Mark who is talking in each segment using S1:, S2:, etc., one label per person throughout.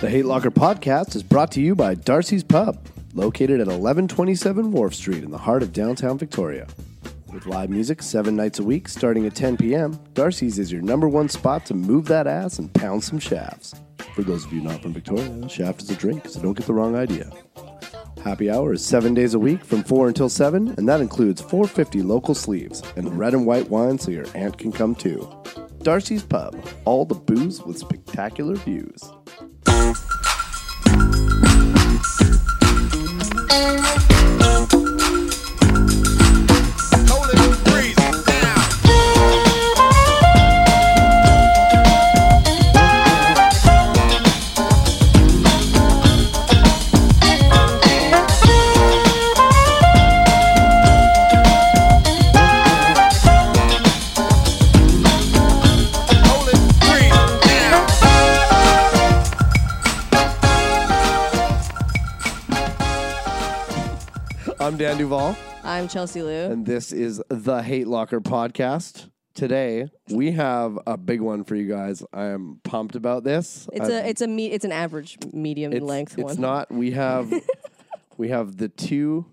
S1: The Hate Locker podcast is brought to you by Darcy's Pub, located at 1127 Wharf Street in the heart of downtown Victoria. With live music seven nights a week starting at 10 p.m., Darcy's is your number one spot to move that ass and pound some shafts. For those of you not from Victoria, a shaft is a drink, so don't get the wrong idea. Happy hour is seven days a week from 4 until 7, and that includes 450 local sleeves and red and white wine so your aunt can come too. Darcy's Pub, all the booze with spectacular views. I'm Dan Duval,
S2: I'm Chelsea Lou.
S1: and this is the Hate Locker podcast. Today we have a big one for you guys. I am pumped about this.
S2: It's a it's a me, it's an average medium
S1: Uh, it's,
S2: length
S1: It's
S2: one.
S1: not. We have we have the two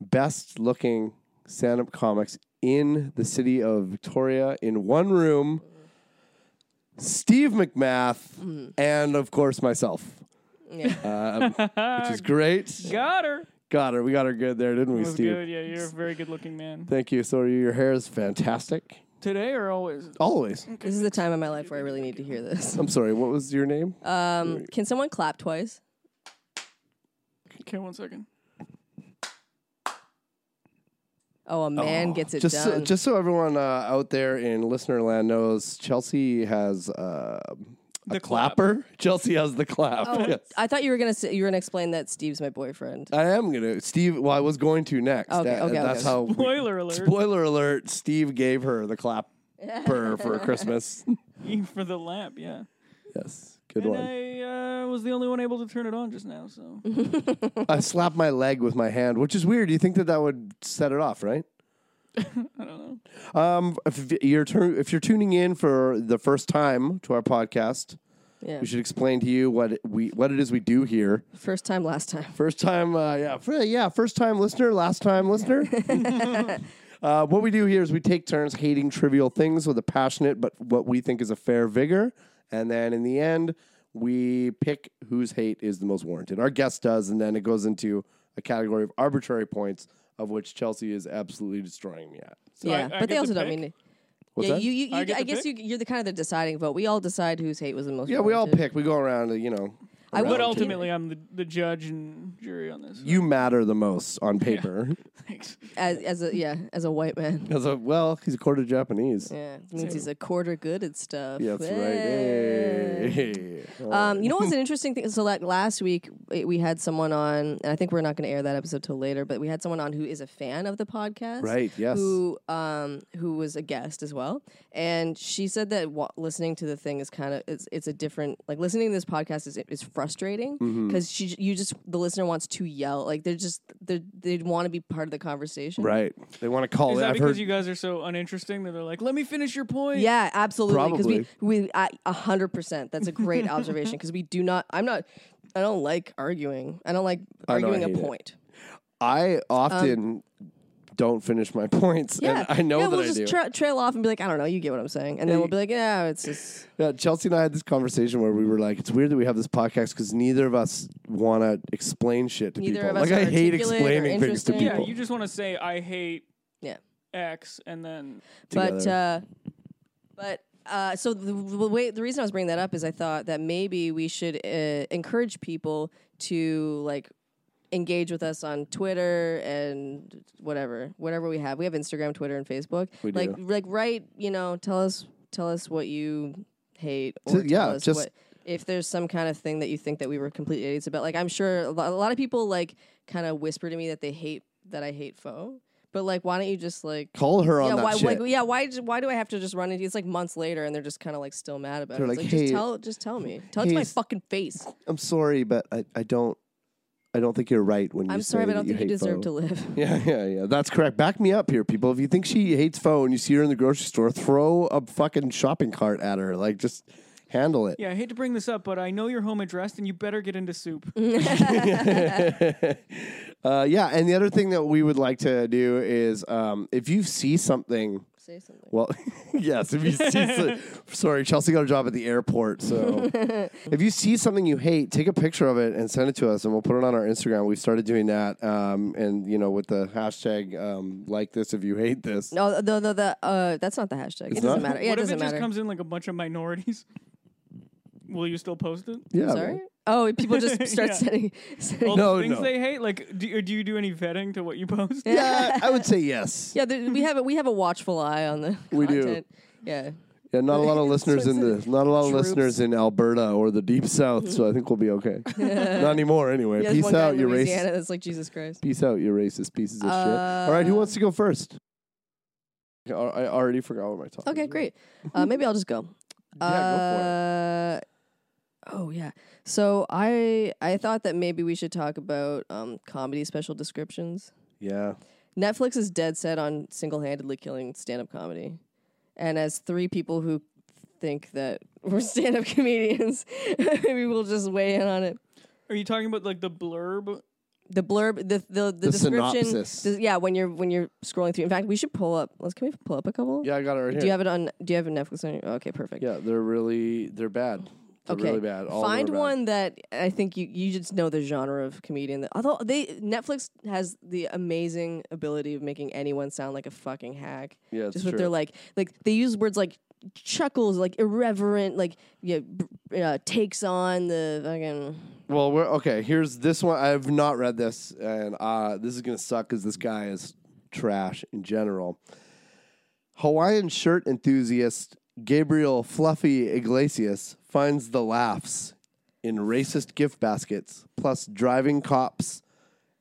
S1: best looking stand up comics in the city of Victoria in one room. Steve McMath and of course myself,
S2: Mm.
S1: Uh,
S2: Yeah.
S1: which is great.
S3: Got her.
S1: Got her. We got her good there, didn't we,
S3: That was
S1: Steve?
S3: good. Yeah, you're a very good looking man.
S1: Thank you. So are you. your hair is fantastic.
S3: Today or always?
S1: Always.
S2: this is the time in my life where I really need to hear this.
S1: I'm sorry. What was your name?
S2: Um, can someone clap twice?
S3: Okay, one second.
S2: Oh, a man gets it
S1: just so,
S2: done.
S1: just so everyone uh, out there in listener land knows, Chelsea has uh, a
S3: The clap.
S1: clapper. Chelsea has the clap.
S2: oh,
S1: Yes. Uh,
S2: I thought you were gonna say, you were gonna explain that Steve's my boyfriend.
S1: I am gonna Steve. Well, I was going to next.
S2: Okay, okay,
S1: that's
S2: okay.
S1: how. we-
S3: Spoiler alert.
S1: spoiler alert: Steve gave her the clapper for Christmas.
S3: for the lamp, yeah.
S1: yes, good
S3: And
S1: one.
S3: I uh, was the only one able to turn it on just now, so.
S1: I slapped my leg with my hand, which is weird. You think that that would set it off, right?
S3: I don't know.
S1: Um, if you're tu- if you're tuning in for the first time to our podcast,
S2: Yeah.
S1: we should explain to you what it- we what it is we do here.
S2: First time, last time.
S1: First time, uh, yeah, fir- yeah, first time listener, last time listener. uh, what we do here is we take turns hating trivial things with a passionate but what we think is a fair vigor, and then in the end, we pick whose hate is the most warranted. Our guest does, and then it goes into a category of arbitrary points, of which Chelsea is absolutely destroying me at. So,
S2: yeah,
S3: I- I
S2: but they
S3: get to
S2: also don't
S3: pick?
S2: mean.
S1: What's
S2: yeah,
S1: that?
S2: you. you, you
S3: I
S2: I,
S3: get to
S2: guess you,
S3: pick?
S2: you're the kind of the deciding vote. We all decide whose hate was the most.
S1: yeah, we all
S2: warranted.
S1: pick. We go around, uh, you know.
S2: I
S1: around
S2: would
S3: But
S1: to-
S3: ultimately, I'm the, the judge and jury on this.
S1: you matter the most on paper.
S3: Thanks.
S2: as, as a yeah as a white man.
S1: As a, well, he's a quarter Japanese.
S2: Yeah, it means he's a quarter good at stuff.
S1: Yeah, that's
S2: Hey.
S1: right. Hey.
S2: Um, you know what's an interesting thing? So like last week we we had someone on, and I think we're not going to air that episode till later. But we had someone on who is a fan of the podcast,
S1: Right, yes.
S2: Who um, who was a guest as well, and she said that wa- listening to the thing is kind of it's, it's a different like listening to this podcast is is frustrating
S1: Mm-hmm.
S2: because she you just the listener wants to yell like they're just they they want to be part of the conversation,
S1: Right. They want to call
S3: Is
S1: it.
S3: that
S1: Oh, I've
S3: because
S1: heard.
S3: you guys are so uninteresting that they're like, let me finish your point?
S2: Yeah, absolutely. Because we we I- a hundred percent. That's a great observation. Because we do not. I'm not. I don't like arguing. I don't like
S1: I know, I
S2: arguing a
S1: hate it.
S2: point.
S1: I often don't finish my points,
S2: Um, Yeah,
S1: and I know
S2: yeah,
S1: that
S2: we'll
S1: I
S2: just
S1: do.
S2: Tra- trail off and be like, I don't know. You get what I'm saying, and then we'll be like, yeah, it's just
S1: yeah, Chelsea and I had this conversation where we were like, "It's weird that we have this podcast because neither of us want to explain shit to
S2: Neither
S1: people.
S2: of us
S1: like, I
S2: are
S1: hate
S2: articulate or
S1: explaining things to
S2: interesting.
S3: Yeah,
S1: people.
S3: you just want to say, I hate
S2: yeah.
S3: X, and then.
S2: But uh, but uh, so the, the way the reason I was bringing that up is I thought that maybe we should uh, encourage people to like engage with us on Twitter and whatever whatever we have. We have Instagram, Twitter, and Facebook.
S1: We
S2: like
S1: do.
S2: like write you know tell us tell us what you hate or
S1: So,
S2: tell
S1: yeah,
S2: us
S1: just-
S2: what if there's some kind of thing that you think that we were complete idiots about. Like I'm sure a lot, a lot of people like kind of whisper to me that they hate that I hate faux. But like, why don't you just like
S1: Call her on
S2: yeah,
S1: that
S2: why,
S1: shit.
S2: like, yeah, why? j- Why do I have to just run into? It's like months later, and they're just kind of like still mad about
S1: They're
S2: it. It's
S1: like,
S2: like,
S1: "Hey,
S2: just tell, just tell me, tell it to
S1: hey,
S2: my
S1: s-
S2: fucking face.
S1: I'm sorry, but I, I don't. I don't think you're right when you
S2: I'm
S1: say
S2: sorry, but I
S1: that
S2: don't think you
S1: hate
S2: deserve
S1: pho.
S2: to live.
S1: Yeah, yeah, yeah. That's correct. Back me up here, people. If you think she hates phone, you see her in the grocery store, throw a fucking shopping cart at her. Like, just Handle it.
S3: Yeah, I hate to bring this up, but I know you're home addressed, and you better get into soup.
S1: uh, yeah, and the other thing that we would like to do is um, if you see something.
S2: Say something.
S1: Well, yes. If you see, so- sorry, Chelsea got a job at the airport. So, if you see something you hate, take a picture of it and send it to us, and we'll put it on our Instagram. We've started doing that, um, and you know, with the hashtag um, like this if you hate this.
S2: No, no, no. The uh, that's not the hashtag. it doesn't
S1: not?
S2: matter. Yeah,
S3: what
S2: it
S3: if
S2: doesn't
S3: it just
S2: matter.
S3: comes in like a bunch of minorities? Will you still post it?
S1: Yeah.
S2: Sorry.
S1: man.
S2: Oh, people just start
S3: Yeah.
S2: sending. sending-
S3: All
S1: No,
S3: the things
S1: no.
S3: they hate. Like, do, or do you do any vetting to what you post?
S1: Yeah, I would say yes.
S2: Yeah, there, we have a, we have a watchful eye on the
S1: We do.
S2: content. Yeah.
S1: Yeah, not a lot of listeners in the not a lot of
S2: Troops.
S1: listeners in Alberta or the deep south, so I think we'll be okay. not anymore, anyway.
S2: yeah, there's
S1: Peace
S2: one guy
S1: out,
S2: in
S1: you
S2: Louisiana
S1: racist.
S2: That's like Jesus Christ.
S1: Peace out, you racist pieces of shit. All right, who
S2: Uh,
S1: wants to go first? I I already forgot what my topic.
S2: Okay,
S1: was.
S2: great. Uh, maybe I'll just go.
S1: Yeah,
S2: go for it. Oh yeah. So I I thought that maybe we should talk about um, comedy special descriptions.
S1: Yeah.
S2: Netflix is dead set on single handedly killing stand up comedy, and as three people who think that we're stand up comedians, maybe we'll just weigh in on it.
S3: Are you talking about like the blurb?
S2: The blurb, the the, the,
S1: The
S2: description,
S1: synopsis.
S2: the- yeah. When you're when you're scrolling through, in fact, we should pull up. Let's can we pull up a couple?
S1: Yeah, I got it right
S2: Do
S1: here.
S2: you have it on? Do you have a Netflix on? Your, okay, perfect.
S1: yeah, they're really they're bad. They're
S2: okay.
S1: really bad. All of them
S2: Find
S1: are bad.
S2: one that I think you you just know the genre of comedian. That, although they Netflix has the amazing ability of making anyone sound like a fucking hack.
S1: Yeah, it's
S2: just
S1: true.
S2: with their like like they use words like chuckles, like irreverent, like yeah, br- uh, takes on the fucking.
S1: well, we're okay. Here's this one. I've not read this, and uh, this is gonna suck because this guy is trash in general. Hawaiian shirt enthusiast Gabriel Fluffy Iglesias finds the laughs in racist gift baskets, plus driving cops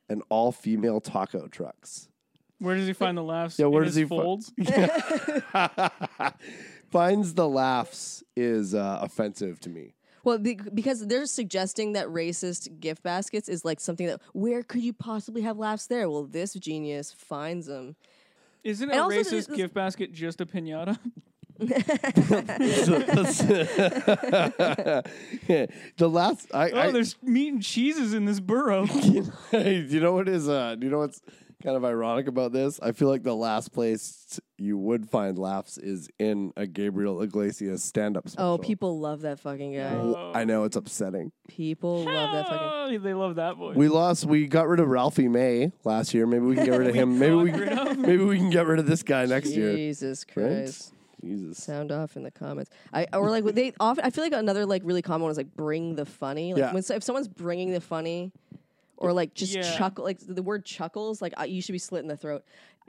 S1: and all female taco trucks.
S3: Where does he find the laughs?
S1: Yeah, where
S3: in
S1: does he
S3: his
S1: fi-
S3: folds?
S1: finds the laughs is uh, offensive to me.
S2: Well, be- because they're suggesting that racist gift baskets is like something that where could you possibly have laughs there? Well, this genius finds them.
S3: Isn't a
S2: And also
S3: racist
S2: there's this-
S3: gift basket just a pinata?
S1: the last I,
S3: Oh, there's meat and cheeses in this burrow.
S1: I you know what is uh do you know what's kind of ironic about this? I feel like the last place you would find laughs is in a Gabriel Iglesias stand up special.
S2: Oh, people love that fucking guy.
S1: W- I know it's upsetting.
S2: People love that fucking.
S3: Oh, they love that voice.
S1: We lost we got rid of Ralphie May last year. Maybe we can get rid of him. Maybe we
S3: got rid of
S1: maybe we can get rid of this guy next year.
S2: Jesus
S1: Right?
S2: Christ.
S1: Jesus.
S2: Sound off in the comments. I or like they often. I feel like another like really common one is like bring the funny. Like
S1: Yeah.
S2: when so- if someone's bringing the funny, or like just
S3: Yeah.
S2: chuckle. Like the word chuckles. Like I, you should be slit in the throat.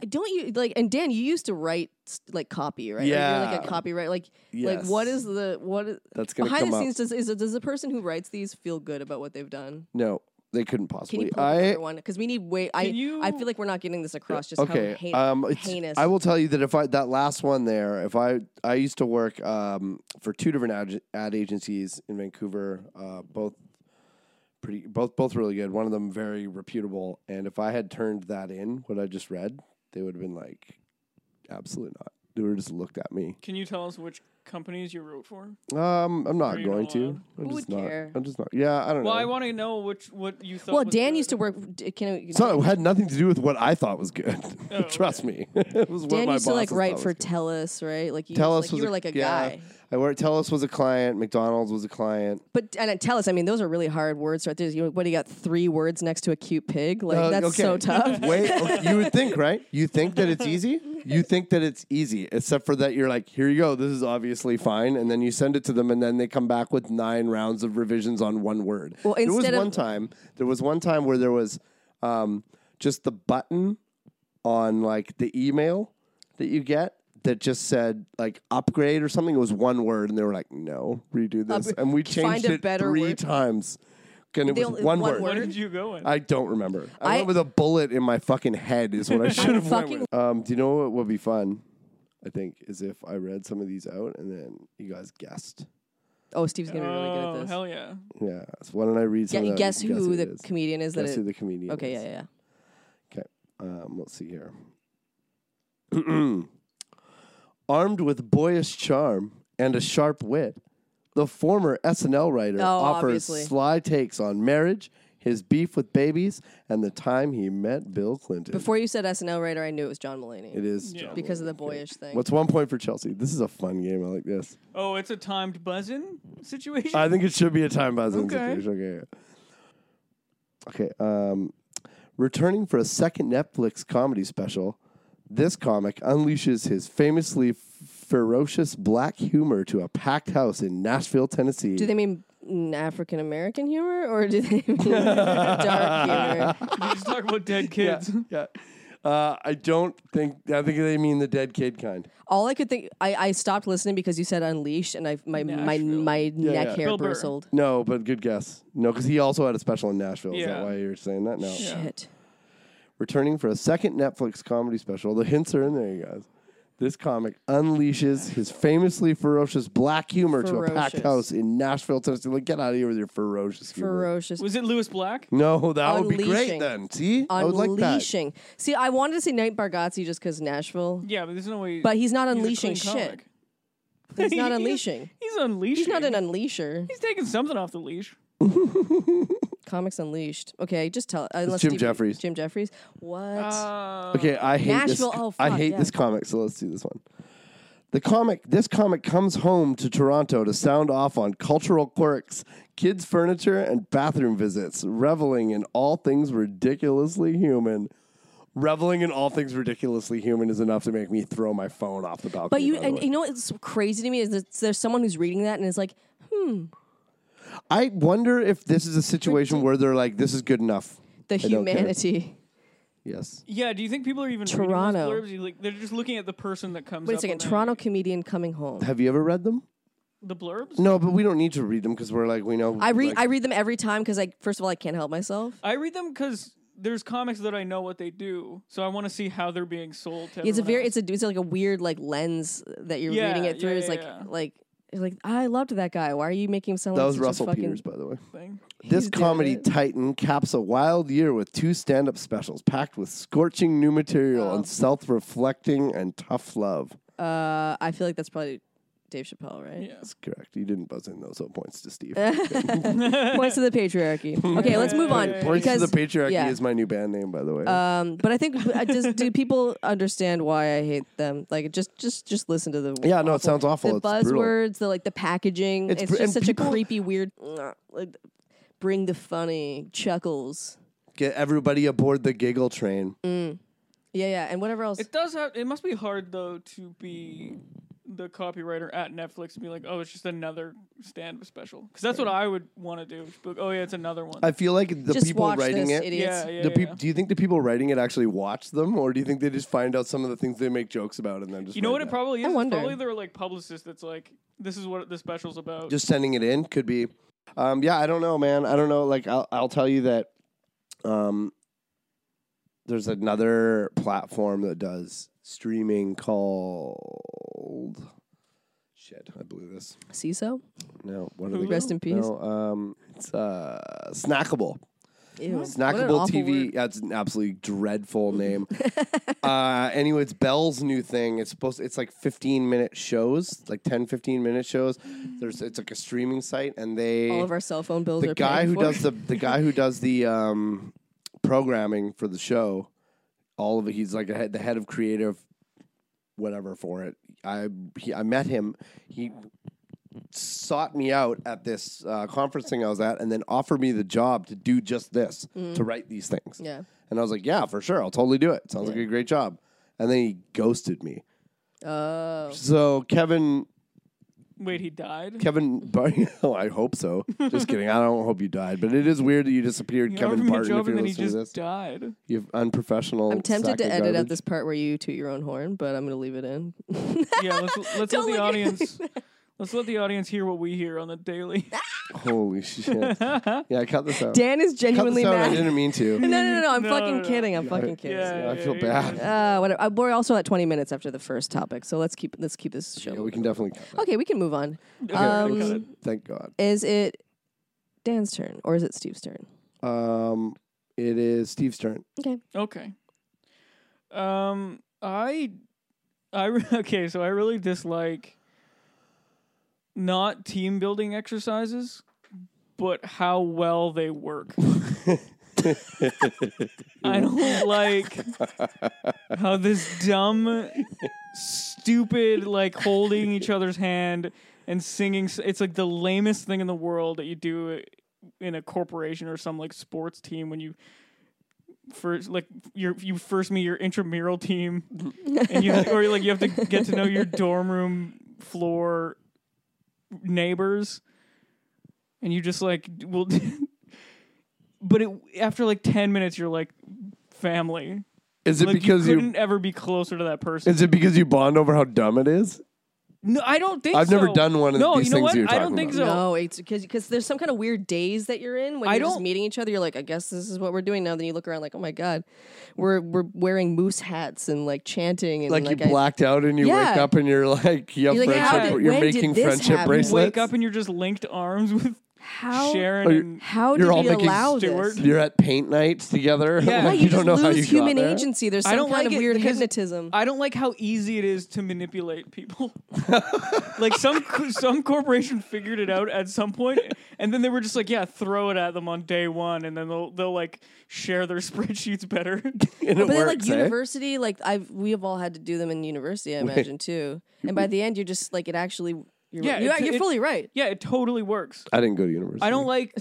S2: Don't you like? And Dan, you used to write like copy, right? Like, you're like
S1: Yeah.
S2: a copyright. Like like what
S1: Yes.
S2: is the what is,
S1: That's gonna
S2: behind
S1: come
S2: the
S1: up.
S2: scenes? Does is does the person who writes these feel good about what they've done?
S1: No, they couldn't possibly.
S2: Can you pull up
S1: I
S2: another one? Because we need wait. I
S3: Can you-
S2: I feel like we're not getting this across. Just
S1: okay.
S2: how hate,
S1: um, it's-
S2: heinous.
S1: I will tell you that if I that last one there, if I I used to work um, for two different ad, ad agencies in Vancouver, uh, both pretty both both really good. One of them very reputable. And if I had turned that in, what I just read, they would have been like, absolutely not. They would have just looked at me.
S3: Can you tell us which companies you wrote for?
S1: Um, I'm not
S3: Are you
S1: going
S3: not
S1: to.
S3: allowed?
S1: I'm
S2: Who
S1: just
S2: would
S1: not.
S2: care?
S1: I'm just not. Yeah, I don't
S3: Well, I
S1: know.
S3: want to know which what you thought.
S2: well,
S3: was
S2: Dan
S3: good.
S2: used to work. d- Can,
S1: so it had nothing to do with what I thought was good.
S3: Oh,
S1: Trust me. it was what
S2: Dan
S1: my
S2: used to like
S1: bosses
S2: write
S1: thought
S2: for
S1: was good.
S2: Telus, right? Like you,
S1: Tell us
S2: like, you were like a guy.
S1: I worked. Telus was a client. McDonald's was a client.
S2: But and at Telus, I mean, those are really hard words right there. You know, what do you got? Three words next to a cute pig. Like
S1: Uh,
S2: that's
S1: okay.
S2: so tough.
S1: Wait, okay, you would think, right? You think that it's easy. You think that it's easy, except for that you're like, here you go. This is obviously fine, and then you send it to them, and then they come back with nine rounds of revisions on one word.
S2: Well,
S1: there was
S2: instead of-
S1: one time. There was one time where there was um, just the button on like the email that you get. That just said like upgrade or something. It was one word, and they were like, "No, redo this."
S2: Upgra-
S1: and we
S2: find
S1: changed
S2: a
S1: it
S2: better
S1: three
S2: word.
S1: times. And it
S2: The
S1: was
S2: only-
S1: one,
S2: one
S1: word.
S2: word.
S3: What did you go in?
S1: I don't remember. I,
S2: I-
S1: went with a bullet in my fucking head is what I should have went
S2: fucking-
S1: with. Um, do you know what would be fun? I think is if I read some of these out and then you guys guessed.
S2: Oh, Steve's gonna be really good
S3: Oh,
S2: at this.
S3: hell yeah!
S1: Yeah. So why don't I read
S2: Yeah,
S1: some? of that?
S2: guess
S1: You
S2: who
S1: it
S2: the
S1: is.
S2: comedian is that?
S1: guess who
S2: it-
S1: the comedian?
S2: okay,
S1: is.
S2: yeah, yeah.
S1: Um, let's see here. Armed with boyish charm and a sharp wit, The former SNL writer
S2: Oh,
S1: offers
S2: obviously.
S1: sly takes on marriage, his beef with babies, and the time he met Bill Clinton.
S2: Before you said SNL writer, I knew it was John Mulaney
S1: it is
S3: Yeah.
S1: John
S2: because of
S1: Mulaney.
S2: the boyish thing.
S1: What's one point for Chelsea? This is a fun game. I like this.
S3: Oh, it's a timed buzzing situation.
S1: I think it should be a time buzzing
S3: Okay.
S1: situation. Okay. Okay. Um, returning for a second Netflix comedy special, this comic unleashes his famously ferocious black humor to a packed house in Nashville, Tennessee.
S2: do they mean African American humor or do they mean dark humor?
S3: you just talk about dead
S1: yeah,
S3: kids.
S1: yeah. Uh, I don't think. I think they mean the dead kid kind.
S2: All I could think, I, I stopped listening because you said unleash, and I my my
S3: Nashville.
S2: my neck
S1: yeah.
S2: hair
S3: Bill Burr.
S2: bristled.
S1: No, but good guess. No, because he also had a special in Nashville. Is that
S3: Yeah.
S1: why you're saying that? No.
S2: Shit.
S1: returning for a second Netflix comedy special. The hints are in there, you guys. This comic unleashes his famously ferocious black humor to a packed
S2: Ferocious.
S1: house in Nashville, Tennessee. Like, get out of here with your ferocious humor.
S2: Ferocious.
S3: Was it Lewis Black?
S1: No, that would be great
S2: Unleashing.
S1: then. See? I would like that.
S2: Unleashing. See, I wanted to say Nate Bargatze just because Nashville,
S3: Yeah, but there's no way.
S2: but he's not
S3: he's a
S2: unleashing
S3: clean
S2: shit.
S3: comic.
S2: He's not
S3: He's-
S2: unleashing.
S3: He's unleashing.
S2: He's not an unleasher.
S3: He's taking something off the leash.
S2: Comics Unleashed. Okay, just tell. uh, Unless
S1: Jim
S2: Steve-
S1: Jeffries.
S2: Jim Jeffries. What?
S3: Uh,
S1: Okay, I hate
S2: Nashville-
S1: this.
S2: oh,
S1: I
S2: fuck,
S1: hate
S2: yeah.
S1: this comic, so let's do this one. The comic, this comic comes home to Toronto to sound off on cultural quirks, kids' furniture, and bathroom visits, reveling in all things ridiculously human. Reveling in all things ridiculously human is enough to make me throw my phone off the balcony.
S2: but you
S1: by the
S2: and
S1: way.
S2: you know what's crazy to me is that there's someone who's reading that and is like,
S1: I wonder if this is a situation where they're like, "This is good enough."
S2: the
S1: don't care.
S2: humanity.
S1: Yes.
S3: Yeah, do you think people are even
S2: Toronto.
S3: Reading those blurbs? You, like, they're just looking at the person that comes.
S2: Wait
S3: up
S2: a second,
S3: on that-
S2: Toronto comedian coming home.
S1: Have you ever read them?
S3: The blurbs.
S1: No, but we don't need to read them because we're like we know.
S2: I read
S1: like-
S2: I read them every time because I first of all I can't help myself.
S3: I read them because there's comics that I know what they do, so I want to see how they're being sold. To
S2: It's a
S3: everyone
S2: very
S3: else.
S2: it's a it's like a weird like lens that you're
S3: Yeah,
S2: reading it
S3: yeah,
S2: through. it's
S3: yeah,
S2: like
S3: yeah.
S2: like it's like I loved that guy. Why are you making him sound
S1: that
S2: like
S1: was
S2: such a
S1: Russell
S2: fucking
S1: Peters, by the way.
S3: thing.
S1: This
S2: He's doing
S1: comedy
S2: it.
S1: titan caps a wild year with two stand up specials packed with scorching new material
S2: Oh.
S1: and self reflecting and tough love.
S2: Uh, I feel like that's probably Dave Chappelle, right?
S3: Yeah.
S1: That's correct. You didn't buzz in, though, so points to Steve.
S2: Points to the patriarchy. Okay, let's move on.
S1: points
S2: because,
S1: to the patriarchy
S2: yeah.
S1: is my new band name, by the way.
S2: Um, but I think uh, does do people understand why I hate them? Like just just just listen to the
S1: Yeah, no, it sounds awful.
S2: The
S1: It's brutal.
S2: buzzwords, the like the packaging.
S1: It's
S2: It's,
S1: br-
S2: just
S1: and
S2: such
S1: people-
S2: a creepy, weird. Like, bring the funny chuckles.
S1: Get everybody aboard the giggle train.
S2: Mm. Yeah, yeah, and whatever else.
S3: It does have. It must be hard though to be the copywriter at Netflix and be like, oh, it's just another stand special, because that's what I would want to do. Just be like, oh yeah, it's another one.
S1: I feel like the
S2: just
S1: people
S2: watch
S1: writing
S2: this,
S1: it.
S2: idiots.
S3: yeah, yeah,
S1: the peop
S3: yeah.
S1: Do you think the people writing it actually watch them, or do you think they just find out some of the things they make jokes about and then just
S3: You know
S1: write
S3: what it
S1: that?
S3: probably is?
S2: I
S3: It's
S2: wonder.
S3: Probably they're like publicists that's like, this is what the special's about.
S1: just sending it in could be um yeah i don't know man i don't know like i'll, I'll tell you that um there's another platform that does streaming called shit i blew this
S2: CISO?
S1: no what are they
S2: Rest in peace.
S1: no, um it's uh snackable
S2: Ew. What an
S1: snackable
S2: awful
S1: tv
S2: word.
S1: that's an absolutely dreadful name uh anyway it's bell's new thing it's supposed it's like 15 minute shows like 10 15 minute shows there's it's like a streaming site and they
S2: All of our cell phone bills
S1: the
S2: are
S1: guy
S2: paid
S1: who
S2: for.
S1: does the the guy who does the um, programming for the show, all of it. He's like a head, the head of creative, whatever for it. I he, I met him. He sought me out at this uh, conference thing I was at, and then offered me the job to do just this, to write these things.
S2: Mm. Yeah.
S1: and I was like, yeah, for sure, I'll totally do it. Sounds like
S2: Yeah.
S1: a great job. And then he ghosted me.
S2: Oh.
S1: So Kevin
S3: Wait, he died.
S1: Kevin Barton. Oh, I hope so. Just kidding. I don't hope you died, but it is weird that you disappeared,
S3: You offered
S1: Kevin
S3: me a
S1: Barton.
S3: job
S1: If you're
S3: and then he
S1: listening
S3: just
S1: to this,
S3: died.
S1: you've unprofessional.
S2: I'm tempted
S1: sack
S2: to
S1: of
S2: edit out
S1: garbage. Oh.
S2: this part where you toot your own horn, but I'm going to leave it in.
S3: Yeah, let's, let's let
S2: Don't
S3: the
S2: look at me
S3: audience. Let's let the audience hear what we hear on the daily.
S1: Holy shit!
S2: Ah.
S1: Yeah, cut this out.
S2: Dan is
S1: cut this
S2: genuinely
S1: out.
S2: mad.
S1: I
S2: No,
S1: didn't mean to.
S2: no, no, no. I'm
S3: No,
S2: fucking
S3: no, no.
S2: kidding. I'm fucking kidding.
S3: yeah,
S1: I feel
S3: yeah,
S1: bad.
S3: yeah.
S2: Uh, whatever. Uh, We're also at 20 minutes after the first topic, so let's keep let's keep this show.
S1: Yeah, we can definitely. Cut that.
S2: okay, we can move on.
S3: Okay, cut it.
S2: Um,
S1: Thank God.
S2: is it Dan's turn or is it Steve's turn?
S1: Um, it is Steve's turn.
S2: Okay.
S3: Okay. Um, I, I re- okay. So I really dislike not team building exercises, but how well they work. I don't like how this dumb, stupid, like holding each other's hand and singing. s- It's like the lamest thing in the world that you do in a corporation or some like sports team when you first like your you first meet your intramural team and you or like you have to get to know your dorm room floor neighbors and you just like will but it after like 10 minutes you're like family
S1: Is it
S3: like
S1: because
S3: you
S1: you?
S3: couldn't ever be closer to that person
S1: Is it because you bond over how dumb it is?
S3: no i don't think
S1: I've never
S3: so.
S1: done one of
S3: no,
S1: these
S3: you know
S1: things
S3: what?
S1: that you're
S3: i don't
S1: talking
S3: think
S1: about.
S3: so
S2: No, it's because there's some kind of weird days that you're in when
S3: I
S2: you're just
S3: don't-
S2: meeting each other. You're like, I guess this is what we're doing now. Then you look around like, oh my god, we're we're wearing moose hats and like chanting and
S1: Like,
S2: like,
S1: you
S2: I-
S1: blacked out and you wake
S2: Yeah.
S1: up and you're like you have
S2: You're like,
S3: how
S1: friendship.
S3: did-
S1: you're
S2: when did
S1: making
S2: this
S1: friendship
S2: happen?
S1: bracelets.
S3: wake up and you're just linked arms with
S2: how
S3: sharon
S1: Are you-
S3: and
S2: how
S1: You're
S2: did
S1: all
S2: we
S1: making
S2: allow
S3: Stewart.
S2: this?
S1: You're at paint nights together.
S3: Yeah.
S2: Yeah,
S1: like,
S2: you,
S1: you, don't
S2: just
S1: know
S2: lose
S1: how you
S2: human
S1: got there.
S2: agency. There's some
S3: I don't
S2: kind
S3: like
S2: of
S3: it
S2: weird
S3: because
S2: hypnotism.
S3: I don't like how easy it is to manipulate people. like some co- some corporation figured it out at some point, and then they were just like, "Yeah, throw it at them on day one," and then they'll they'll like share their spreadsheets better.
S1: And it
S2: but then,
S1: works,
S2: like
S1: eh?
S2: university, like I've we have all had to do them in university, I imagine too. And by the end, you're just like it actually. You're,
S3: Yeah,
S2: you're,
S3: it-
S2: you're
S3: it-
S2: fully right.
S3: yeah, it totally works.
S1: I didn't go to university.
S3: I don't like,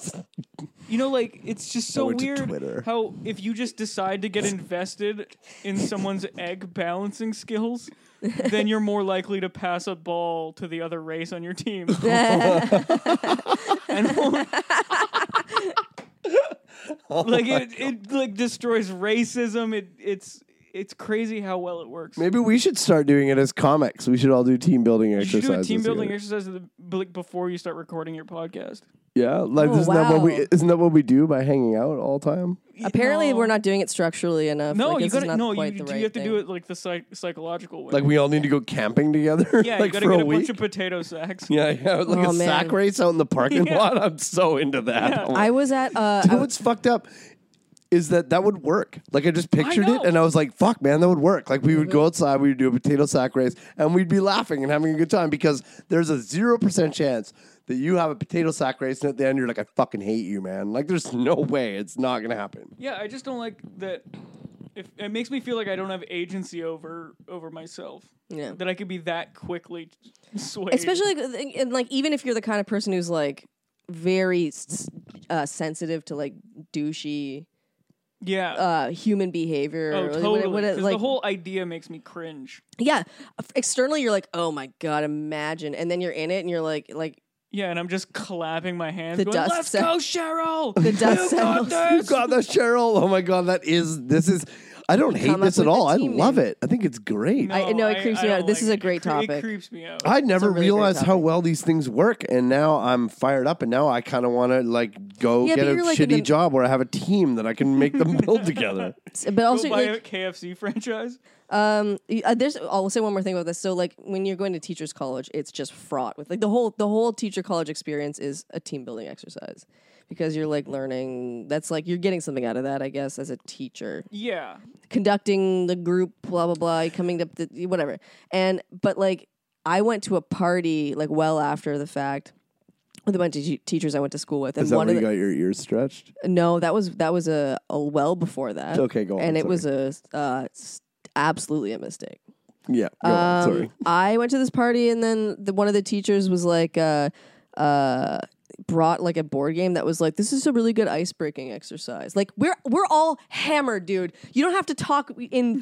S3: you know, like it's just so
S1: went to
S3: weird
S1: Twitter.
S3: how if you just decide to get invested in someone's egg balancing skills, then you're more likely to pass a ball to the other race on your team. And- like it, it like destroys racism. It it's it's crazy how well it works.
S1: Maybe we should start doing it as comics. We should all do team building
S3: you should
S1: exercises.
S3: do a team building
S1: together.
S3: exercise at the- b- like, before you start recording your podcast.
S1: Yeah, like
S2: Oh,
S1: isn't that what
S2: wow.
S1: we isn't that what we do by hanging out all time?
S2: Apparently,
S3: No.
S2: we're not doing it structurally enough.
S3: No,
S2: like,
S3: you
S2: this is
S3: gotta
S2: not
S3: no. You,
S2: quite the
S3: do-
S2: right
S3: you have to do
S2: thing.
S3: it like the psych, psychological way.
S1: Like we all need to go camping together.
S3: yeah,
S1: like
S3: you gotta
S1: for
S3: get
S1: a,
S3: a,
S1: week.
S3: bunch of potato sacks.
S1: yeah, yeah, like
S2: Oh,
S1: a
S2: man.
S1: sack race out in the parking
S3: Yeah.
S1: lot. I'm so into that.
S3: Yeah.
S1: I'm like,
S2: I was at uh,
S1: You
S2: I
S1: know what's fucked up is that that would work. Like I just pictured it
S3: know.
S1: and I was like, fuck, man, that would work. Like we would
S2: Mm-hmm.
S1: go outside, we would do a potato sack race, and we'd be laughing and having a good time because there's a 0% chance that you have a potato sack race and at the end you're like, I fucking hate you, man. Like there's no way it's not going to happen.
S3: Yeah, I just don't like that. If it makes me feel like I don't have agency over over myself,
S2: Yeah.
S3: that I could be that quickly swayed.
S2: especially like, and like even if you're the kind of person who's like very s- uh, sensitive to like douchey
S3: yeah.
S2: uh, human behavior.
S3: oh,
S2: or what-
S3: totally.
S2: what- what-
S3: 'Cause
S2: like,
S3: the whole idea makes me cringe.
S2: yeah, F- externally you're like, oh my god, imagine, and then you're in it and you're like, like
S3: Yeah, and I'm just clapping my hands.
S2: The
S3: going,
S2: dust
S3: Let's
S2: set-
S3: go, Cheryl.
S2: the dust
S3: you got
S2: settles.
S1: You
S3: this.
S1: got that, Cheryl. Oh my God, that is, this is, I don't hate
S2: Come up
S1: this at
S2: with a
S1: all. I
S2: team
S1: love
S2: name.
S1: it. I think it's great.
S2: I- no, it creeps me out.
S3: don't
S2: This is a
S3: it. It
S2: great
S3: cre- It
S2: topic.
S3: creeps me out.
S1: I never
S2: a really great
S1: realized how
S2: topic.
S1: well these things work, and now I'm fired up, and now I kind of want to like go
S2: Yeah,
S1: get
S2: but
S1: a
S2: you're, like, in
S1: shitty
S2: the-
S1: job where I have a team that I can make them build together.
S2: s- but also
S3: Go buy
S2: like,
S3: a KFC franchise.
S2: um, y- uh, there's I'll say one more thing about this. So like when you're going to teachers college, it's just fraught with like the whole the whole teacher college experience is a team building exercise because you're like learning. That's like you're getting something out of that, I guess, as a teacher.
S3: Yeah,
S2: conducting the group, blah blah blah, coming up to whatever. And but like I went to a party like well after the fact with a bunch of te- teachers I went to school with, and
S1: Is that
S2: one
S1: where
S2: of
S1: you
S2: the,
S1: got your ears stretched?
S2: no, that was that was a, a well before that.
S1: Okay, go on,
S2: And it was a uh, s- absolutely a mistake.
S1: Yeah, go on,
S2: Um,
S1: sorry.
S2: I went to this party, and then the, one of the teachers was like, uh, uh, brought like a board game that was like, this is a really good ice breaking exercise. Like we're we're all hammered, dude. You don't have to talk in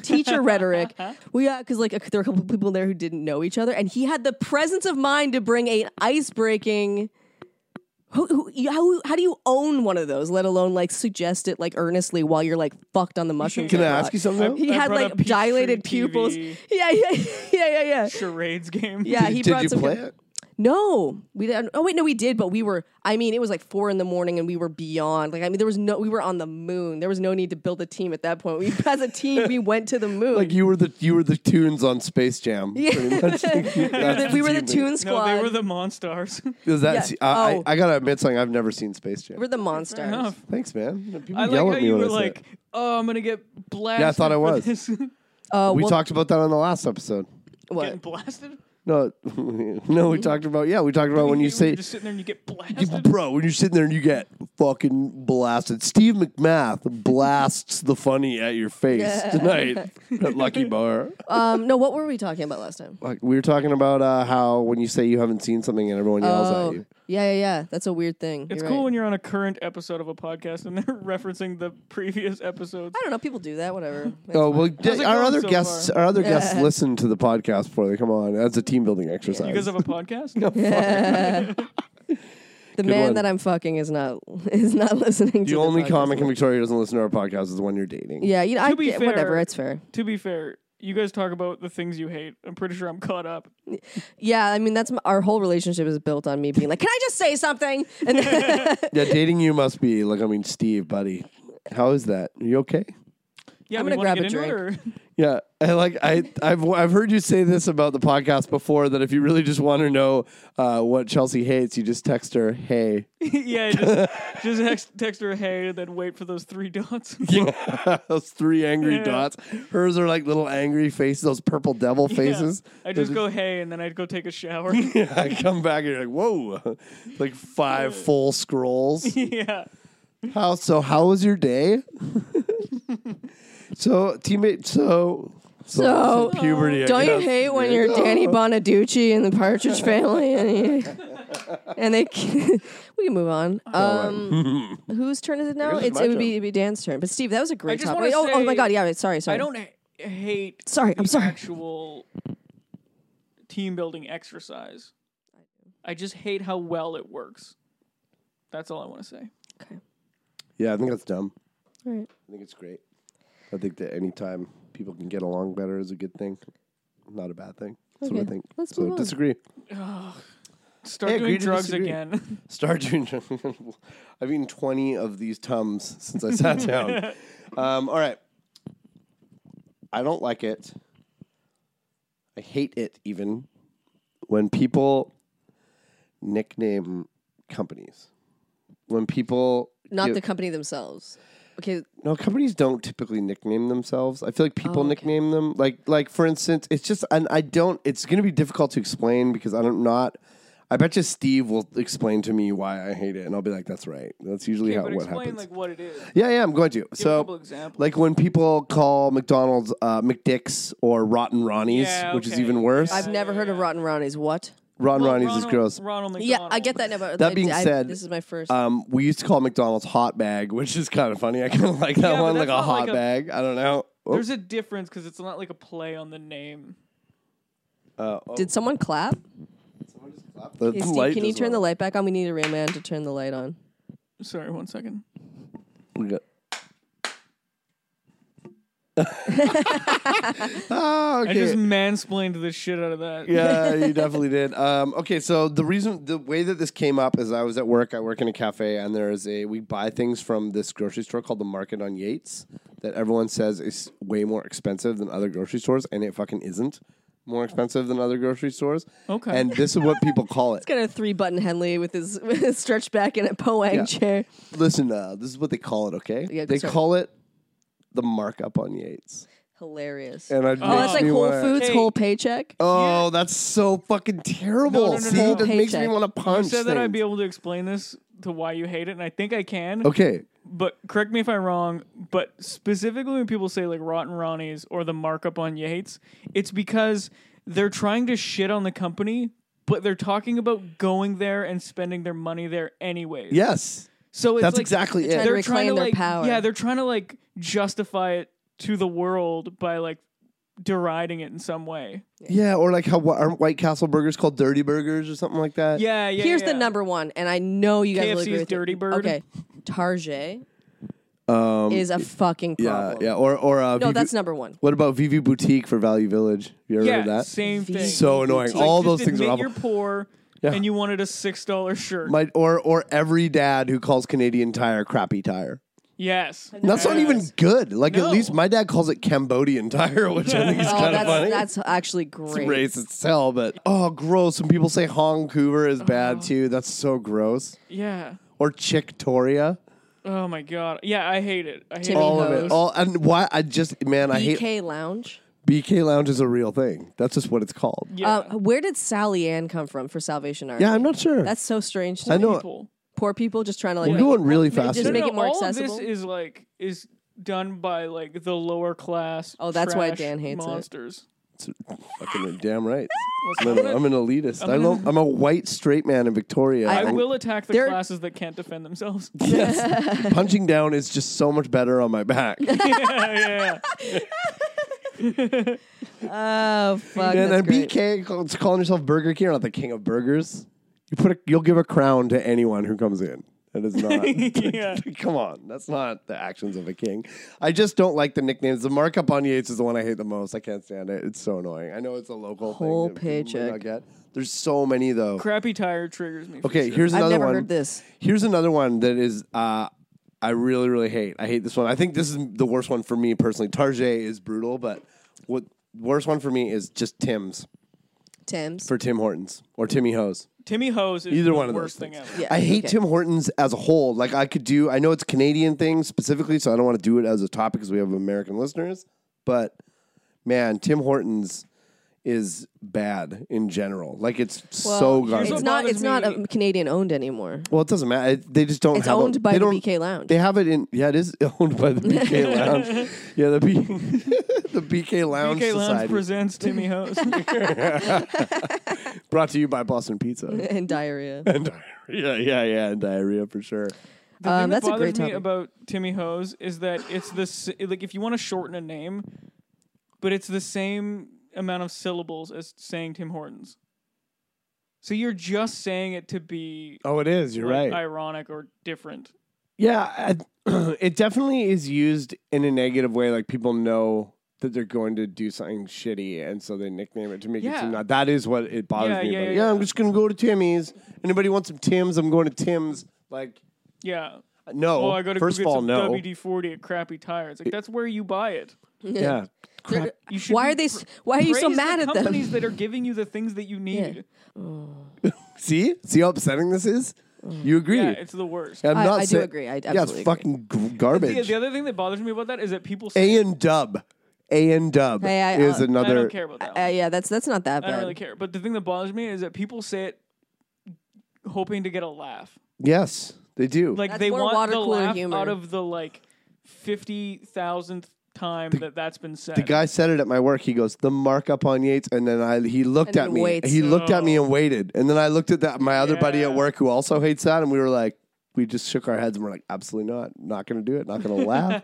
S2: teacher rhetoric. We because like there were a couple people there who didn't know each other, and he had the presence of mind to bring a ice breaking. Who, who, you, how, how do you own one of those, let alone like suggest it like earnestly while you're like fucked on the mushrooms?
S1: Can I
S2: a lot?
S1: ask you something?
S2: He
S3: I
S2: had
S3: brought
S2: like
S3: up Peachtree
S2: dilated pupils.
S3: TV.
S2: Yeah, yeah, yeah, yeah, yeah.
S3: charades game.
S2: Yeah,
S1: did
S2: he
S1: did
S2: brought
S1: you
S2: some.
S1: play it?
S2: No, we didn't. Oh wait, no, we did, but we were. I mean, it was like four in the morning, and we were beyond. Like, I mean, there was no. We were on the moon. There was no need to build a team at that point. We, as a team, we went to the moon.
S1: Like you were the you were the tunes on Space Jam. Yeah,
S2: The- we were the Toon
S3: No,
S2: Squad.
S3: they were the Monstars.
S1: Is that?
S2: Yeah.
S1: see, I, I-
S2: Oh.
S1: I, gotta admit something. I've never seen Space Jam.
S2: We're the monsters.
S3: enough.
S1: Thanks, man. People
S3: I
S1: yell
S3: like how
S1: at me
S3: you
S1: when
S3: were
S1: I say it.
S3: like, "Oh, I'm gonna get blasted."
S1: thought I
S3: for
S1: was.
S3: this."
S2: Oh,
S1: we
S2: well,
S1: talked about that on the last episode.
S2: what?
S3: Getting blasted?
S1: No, no, we talked about yeah, we talked about when you say
S3: are just sitting there and you get
S1: You-
S3: blasted.
S1: bro, when you're sitting there and you get fucking blasted. Steve McMath blasts the funny at your face tonight at Lucky Bar.
S2: Um, no, what were we talking about last time?
S1: Like we were talking about uh, how when you say you haven't seen something and everyone yells
S2: Oh,
S1: at you.
S2: yeah, yeah, yeah. That's a weird thing.
S3: It's
S2: You're
S3: cool
S2: right.
S3: when you're on a current episode of a podcast and they're referencing the previous episodes.
S2: I don't know. People do that. Whatever.
S1: Oh well,
S3: How's it
S1: our
S3: going
S1: other
S3: so
S1: guests, our other guests
S2: Yeah.
S1: listen to the podcast before they come on. That's a team building exercise.
S3: You guys have a podcast?
S2: the man
S1: one.
S2: that I'm fucking is not is not listening. to
S1: the only
S2: podcast.
S1: comic in Victoria who doesn't listen to our podcast is the one you're dating.
S2: Yeah, you know, I
S3: be
S2: get, whatever.
S3: fair-
S2: It's fair.
S3: to be fair, you guys talk about the things you hate. I'm pretty sure I'm caught up.
S2: Yeah, I mean that's m our whole relationship is built on me being like, "Can I just say something?" And then,
S1: Yeah, dating you must be like, I mean, Steve, buddy, how is that? you okay?
S3: Yeah,
S2: I'm
S3: we
S2: gonna
S3: wanna
S2: grab a
S3: get into It or-
S1: Yeah, I like I I've I've heard you say this about the podcast before that if you really just want to know uh, what Chelsea hates, you just text her, "Hey."
S3: yeah, just just hex, text her hey, and then wait for those three dots.
S1: those three angry
S3: Yeah.
S1: dots. Hers are like little angry faces, those purple devil faces.
S3: I just go hey, and then I'd go take a shower.
S1: Yeah, I come back and you're like, "Whoa!" like five full scrolls.
S3: yeah,
S1: How so? How was your day? so teammate, so
S2: So-
S1: puberty. I
S2: don't you
S1: guess.
S2: hate when you're Danny Bonaducci in the Partridge Family, and, you- and they we can move on. Um, whose turn is it now?
S1: guess it's
S2: It's,
S1: my
S2: it would
S1: turn.
S2: be, it'd be Dan's turn. But Steve, that was a great
S3: just
S2: topic.
S3: wanna
S2: oh, oh my
S3: say-
S2: God! Yeah, wait, sorry, sorry.
S3: I don't h- hate.
S2: Sorry, I'm
S3: the
S2: sorry.
S3: Actual team building exercise. I just hate how well it works. That's all I want to say.
S2: Okay.
S1: Yeah, I think that's dumb.
S2: All right.
S1: I think it's great. I think that anytime people can get along better is a good thing, not a bad thing. That's what I
S2: Okay,
S1: think.
S2: let's
S1: so
S2: move on.
S1: disagree.
S3: Start
S1: Hey, agree
S3: doing
S1: to
S3: drugs
S1: disagree.
S3: again.
S1: Start doing. I've eaten twenty of these tums since I sat down. Um, all right. I don't like it. I hate it even when people nickname companies. When people
S2: Not
S1: give-
S2: the company themselves. Okay,
S1: No, companies don't typically nickname themselves. I feel like people
S2: Oh, okay.
S1: nickname them. Like like for instance, it's just and I don't it's gonna be difficult to explain because I don't not I bet you Steve will explain to me why I hate it and I'll be like, That's right. That's usually
S3: Yeah,
S1: how
S3: but
S1: what
S3: explain
S1: happens.
S3: like what it is.
S1: yeah, yeah, I'm going to.
S3: Give a
S1: so
S3: couple examples.
S1: like when people call McDonald's uh, McDicks or Rotten Ronnie's,
S3: Yeah,
S1: which is
S3: okay.
S1: even worse.
S2: I've
S3: yeah,
S2: never heard of Rotten Ronnie's. What?
S1: Rotten
S3: Well,
S1: Ronnie's
S3: Ronald,
S1: is gross.
S3: Ronald
S2: Yeah,
S3: McDonald.
S2: I get that. now, but
S1: That
S2: I-
S1: being
S2: I-
S1: said,
S2: this is my first.
S1: Um, we used to call McDonald's hot bag, which is kind of funny. I kind of like that
S3: Yeah, but
S1: one, like
S3: that's
S1: a
S3: not
S1: hot
S3: like a-
S1: bag. I don't know. Oh,
S3: There's a difference because it's not like a play on the name.
S1: uh, oh,
S2: Did someone clap?
S1: the
S2: Hey, Steve,
S1: light
S2: can you
S1: just
S2: turn
S1: went
S2: the
S1: off.
S2: light back on? We need a real man to turn the light on.
S3: Sorry, one second.
S1: We got. Ah,
S3: I
S1: okay.
S3: just mansplained the shit out of that.
S1: yeah, you definitely did. Um, okay, so the reason, the way that this came up is I was at work. I work in a cafe, and there is a we buy things from this grocery store called the Market on Yates that everyone says is way more expensive than other grocery stores, and it fucking isn't more expensive than other grocery stores.
S3: Okay.
S1: and this is what people call it.
S2: It's got a three button Henley with his, with his stretched back in a poang
S1: Yeah.
S2: chair.
S1: Listen, uh, this is what they call it. Okay,
S2: Yeah,
S1: they
S2: sorry.
S1: call it the markup on Yates,
S2: Hilarious.
S1: and it
S2: oh,
S1: makes
S2: that's like
S1: me
S2: Whole
S1: wanna-
S2: Foods
S3: Hey.
S2: whole paycheck.
S1: Oh, that's so fucking terrible.
S3: No, no, no,
S1: See,
S3: no.
S1: that makes me
S2: Paycheck.
S1: want to punch.
S3: You said that I'd be
S1: things.
S3: able to explain this to why you hate it, and I think I can.
S1: okay.
S3: But correct me if I'm wrong. But specifically, when people say like Rotten Ronnie's or the markup on Yates, it's because they're trying to shit on the company, but they're talking about going there and spending their money there anyways.
S1: Yes,
S3: So it's
S1: that's
S3: like,
S1: exactly it.
S2: They're trying
S3: They're trying to
S2: reclaim their
S3: like
S2: power.
S3: yeah, they're trying to like justify it to the world by like deriding it in some way.
S1: yeah, or like how wh- aren't White Castle burgers called dirty burgers or something like that?
S3: Yeah, yeah.
S2: Here's
S3: yeah.
S2: the number one, and I know you guys will
S3: KFC's
S2: agree with me.
S3: Dirty Bird.
S2: Okay, Target is a fucking
S1: Um, yeah,
S2: problem.
S1: yeah. Or or uh,
S2: No,
S1: Vivi-
S2: that's number one.
S1: what about Vivi Boutique for Value Village? You ever
S3: Yeah,
S1: heard of that?
S3: same thing.
S1: So annoying.
S3: It's like,
S1: All
S3: just
S1: those things are
S3: admit
S1: awful.
S3: You're poor and you wanted a six dollar shirt.
S1: My, or or every dad who calls Canadian Tire crappy tire.
S3: yes.
S1: That's not
S3: Yes.
S1: even good. Like
S3: No.
S1: at least my dad calls it Cambodian Tire, which I think is
S2: Oh,
S1: kind of
S2: that's
S1: funny.
S2: that's actually great.
S1: race itself, but oh, gross. When people say Hongkouver is bad
S2: Uh-huh.
S1: too, that's so gross.
S3: Yeah.
S1: Or Chicktoria,
S3: Oh my god. Yeah, I hate it. I hate
S2: Timmy
S1: all
S3: it.
S1: of
S2: Hose.
S1: it. All and why I just man, I hate
S2: BK Lounge.
S1: BK Lounge is a real thing. That's just what it's called. Yeah,
S3: Yeah.
S2: Uh, where did Sally Ann come from for Salvation Army?
S1: I'm not sure.
S2: That's so strange. To
S1: I
S2: me.
S1: know.
S3: people.
S2: Poor people just trying to like.
S1: We're
S2: make-
S1: going really fast.
S2: just
S1: here.
S2: make it more
S3: all
S2: accessible?
S3: Of this is like is done by like the lower class.
S2: Oh, that's why
S3: trash
S2: Dan hates it.
S3: monsters.
S1: Fucking damn right. I'm
S3: Listen, I'm
S1: an,
S3: gonna-
S1: I'm an elitist. I love, I'm a white straight man in Victoria.
S3: I
S1: and
S3: will attack the
S2: They're-
S3: classes that can't defend themselves.
S1: Yes. Punching down is just so much better on my back. and
S3: yeah, yeah.
S2: Oh fuck. that's
S1: then
S2: great.
S1: BK, call- it's calling yourself Burger King, you're not the king of burgers. You put a, you'll give a crown to anyone who comes in. That is not.
S3: Yeah.
S1: Come on, that's not the actions of a king. I just don't like the nicknames. The markup on Yates is the one I hate the most. I can't stand it. It's so annoying. I know it's a local
S2: Whole
S1: thing. that people might
S2: paycheck.
S1: not get. There's so many though.
S3: Crappy tire triggers me. for
S1: Okay,
S3: sure.
S1: here's another
S2: I've never
S1: one.
S2: heard this.
S1: Here's another one that is uh, I really really hate. I hate this one. I think this is the worst one for me personally. Target is brutal, but what worst one for me is just Tim's
S2: Tim's.
S1: for Tim Hortons or Timmy Ho's.
S3: Timmy Hose is
S1: Either
S3: the
S1: one of
S3: worst
S1: those
S3: thing
S1: things.
S3: ever.
S2: Yeah,
S1: I hate
S2: okay.
S1: Tim Hortons as a whole. Like I could do. I know it's Canadian thing specifically, so I don't want to do it as a topic because we have American listeners. But man, Tim Hortons is bad in general. Like it's so
S2: Well,
S1: garbage.
S3: what
S2: It's not. It's not
S3: bothers me-
S2: um, Canadian owned anymore.
S1: Well, it doesn't matter. It- They just don't.
S2: It's
S1: have
S2: owned
S1: a,
S2: by
S1: they
S2: the
S1: don't-
S2: BK Lounge.
S1: They have it in. Yeah, it is owned by the BK Lounge. Yeah, the B, the BK Lounge
S3: BK
S1: Society,
S3: Lounge presents Timmy Hose.
S1: brought to you by Boston Pizza.
S2: and diarrhea.
S1: and diarrhea, yeah, yeah, and diarrhea for sure.
S3: The
S2: Um,
S3: thing
S2: that's a
S3: that bothers
S2: great
S3: me
S2: topic.
S3: about Timmy Hose is that it's the s- like if you want to shorten a name, but it's the same amount of syllables as saying Tim Hortons. So you're just saying it to be
S1: Oh, it is. You're right.
S3: like, ironic or different.
S1: yeah, I, it definitely is used in a negative way. Like people know that they're going to do something shitty, and so they nickname it to make it
S3: Yeah.
S1: seem not. That is what it bothers
S3: Yeah,
S1: me.
S3: yeah,
S1: about it.
S3: yeah,
S1: yeah, I'm
S3: yeah.
S1: just gonna go to Timmy's. Anybody want some Tim's? I'm going to Tim's. Like.
S3: Yeah.
S1: No.
S3: oh, I got to
S1: First
S3: get
S1: of all,
S3: some
S1: no.
S3: WD forty at Crappy Tire. It's like that's where you buy it.
S1: Yeah. Crap.
S3: You should
S2: Why
S3: be
S2: are they?
S3: pr-
S2: s- Why are you so
S3: praise
S2: mad
S3: the
S2: at them?
S3: companies that are giving you the things that you need?
S1: See? See how upsetting this is? You agree.
S3: Yeah, it's the worst.
S1: I'm
S2: I-
S1: not
S2: I do
S1: say-
S2: agree. I
S1: yeah, it's
S2: absolutely agree.
S1: fucking g-
S3: The,
S1: garbage.
S3: the other thing that bothers me about that is that people say
S1: A and Dub. A and Dub
S2: Hey, I- uh,
S1: is
S2: I- I
S1: another.
S3: I don't care about that.
S2: Uh, yeah, that's that's not that
S3: I
S2: bad.
S3: don't really care. But the thing that bothers me is that people say it hoping to get a laugh.
S1: Yes, they do.
S3: Like
S2: That's
S3: they
S2: more
S3: want
S2: water
S3: the
S2: cooler
S3: laugh
S2: humor.
S3: out of the like fifty thousandth time that that's been said.
S1: the guy said it at my work. He goes, "The markup on Yates," and then I he looked
S2: And
S1: at
S2: then
S1: me.
S2: waits.
S1: He looked at me
S3: Oh.
S1: and waited, and then I looked at that my other buddy at
S3: Yeah.
S1: work who also hates that, and we were like, we just shook our heads and we're like, absolutely not, not going to do it, not going to laugh,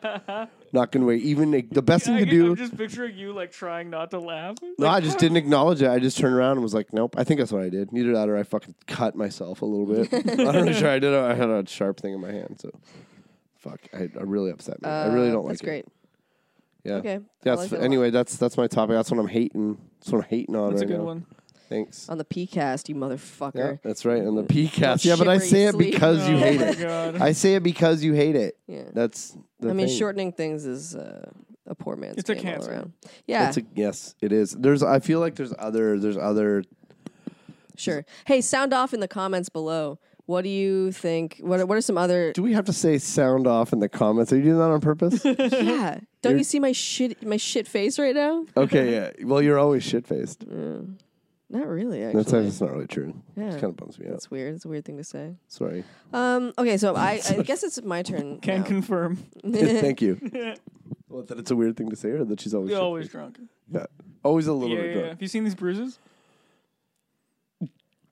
S1: not going to wait. Even like, the best
S3: I,
S1: thing
S3: am
S1: to do.
S3: just picturing you like trying not to laugh.
S1: No,
S3: Like,
S1: I just didn't acknowledge it. I just turned around and was like, "Nope." I think that's what I did. Neither that, or I fucking cut myself a little bit. I'm really sure I did. I had a sharp thing in my hand, so fuck. I, I really upset me. I really
S2: Uh,
S1: don't like
S2: That's
S1: it.
S2: great.
S1: Yeah.
S2: Okay. I
S1: That's
S2: like that a lot.
S1: anyway. That's that's my topic. That's what I'm hating. That's what I'm hating on
S3: That's a
S1: right
S3: good
S1: now.
S3: one.
S1: Thanks.
S2: On the PCast, you
S1: Yeah,
S2: motherfucker.
S1: that's right. And the PCast. Yeah,
S2: shit
S1: but I
S2: where you
S1: say it
S2: sleep.
S1: because you
S3: oh
S1: hate
S3: my
S1: it.
S3: god.
S1: I say it because you hate it.
S2: Yeah.
S1: That's. The
S2: I mean,
S1: thing.
S2: shortening things is uh, a poor man's
S3: It's a
S2: game all
S3: cancer.
S2: around. Yeah,
S1: That's a, yes, it is. There's. I feel like there's other. There's other.
S2: sure. Hey, sound off in the comments below. What do you think? What are, What are some other?
S1: Do we have to say sound off in the comments? Are you doing that on purpose?
S2: yeah, don't you see my shit my shit face right now?
S1: Okay, yeah. Well, you're always shit faced.
S2: Not really. Actually,
S1: That's, that's not really true.
S2: Yeah.
S1: It kind of bums me out.
S2: That's weird. It's a weird thing to say.
S1: Sorry.
S2: Um. Okay. So I, I guess it's my turn.
S3: Can
S2: now.
S3: confirm.
S1: Thank you. What, that it's a weird thing to say or that she's always
S3: You're always
S1: shit-faced?
S3: drunk.
S1: Yeah. Always a little
S3: Yeah,
S1: bit
S3: yeah, yeah.
S1: drunk.
S3: Have you seen these bruises?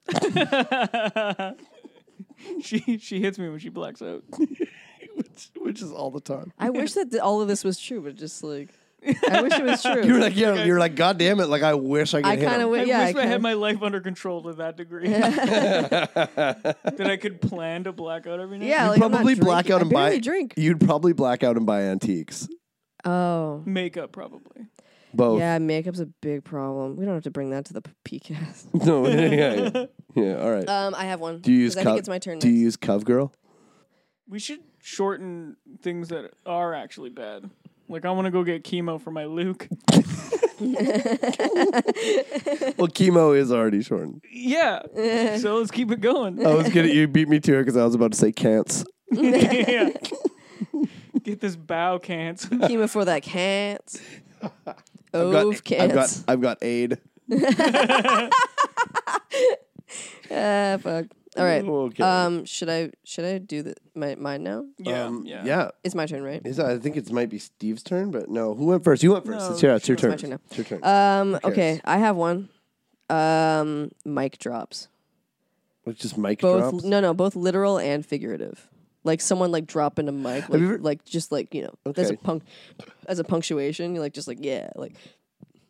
S3: she she hits me when she blacks out.
S1: Which, which is all the time.
S2: I wish that th- all of this was true, but just like I wish it was true.
S1: You're like, yeah, you're like, God damn it. Like, I wish I could
S2: I
S1: hit
S2: kind
S1: him."
S2: of
S3: I
S2: wish. Yeah,
S3: wish I,
S2: I
S3: had
S2: kinda-
S3: my life under control to that degree. that I could plan to black out every night.
S2: yeah.
S1: You'd
S2: like, I'm not
S1: probably black
S2: drinking.
S1: out
S2: I
S1: and buy.
S2: barely drink.
S1: You'd probably black out and buy antiques.
S2: Oh.
S3: Makeup probably.
S1: Both.
S2: Yeah, makeup's a big problem. We don't have to bring that to the p- PCAST.
S1: No. Yeah. Yeah. yeah. yeah all right.
S2: Um, I have one.
S1: do you use?
S2: 'cause I
S1: Cov-
S2: think it's my turn.
S1: Do you
S2: next.
S1: use CoverGirl?
S3: We should shorten things that are actually bad. Like I want to go get chemo for my Luke.
S1: Well, chemo is already shortened.
S3: Yeah. so let's keep it going.
S1: I was gonna. You beat me to it because I was about to say can'ts.
S3: yeah. Get this bow cans.
S1: Um,
S2: Chemo for that can't.
S1: I've got,
S2: Ove
S1: I've got,
S2: kids.
S1: I've got aid.
S2: Ah, fuck. All right.
S1: Okay.
S2: Um, should I should I do the, my mine now?
S3: Yeah,
S1: Um,
S3: yeah.
S1: yeah.
S2: It's my turn, right?
S1: Is- I think it might be Steve's turn, but no. Who went first? You went first.
S3: No,
S1: it's, yeah, it's your
S2: it's my
S1: turn.
S2: turn now.
S1: It's your turn.
S2: Um,
S1: cares?
S2: okay, I have one. Um, mic drops.
S1: Let's just mic
S2: Both
S1: drops.
S2: no no both literal and figurative. Like someone like dropping a mic, like,
S1: you ever-
S2: like just like you know, as a
S1: Okay.
S2: punk, as a punctuation, you're like just like yeah, like,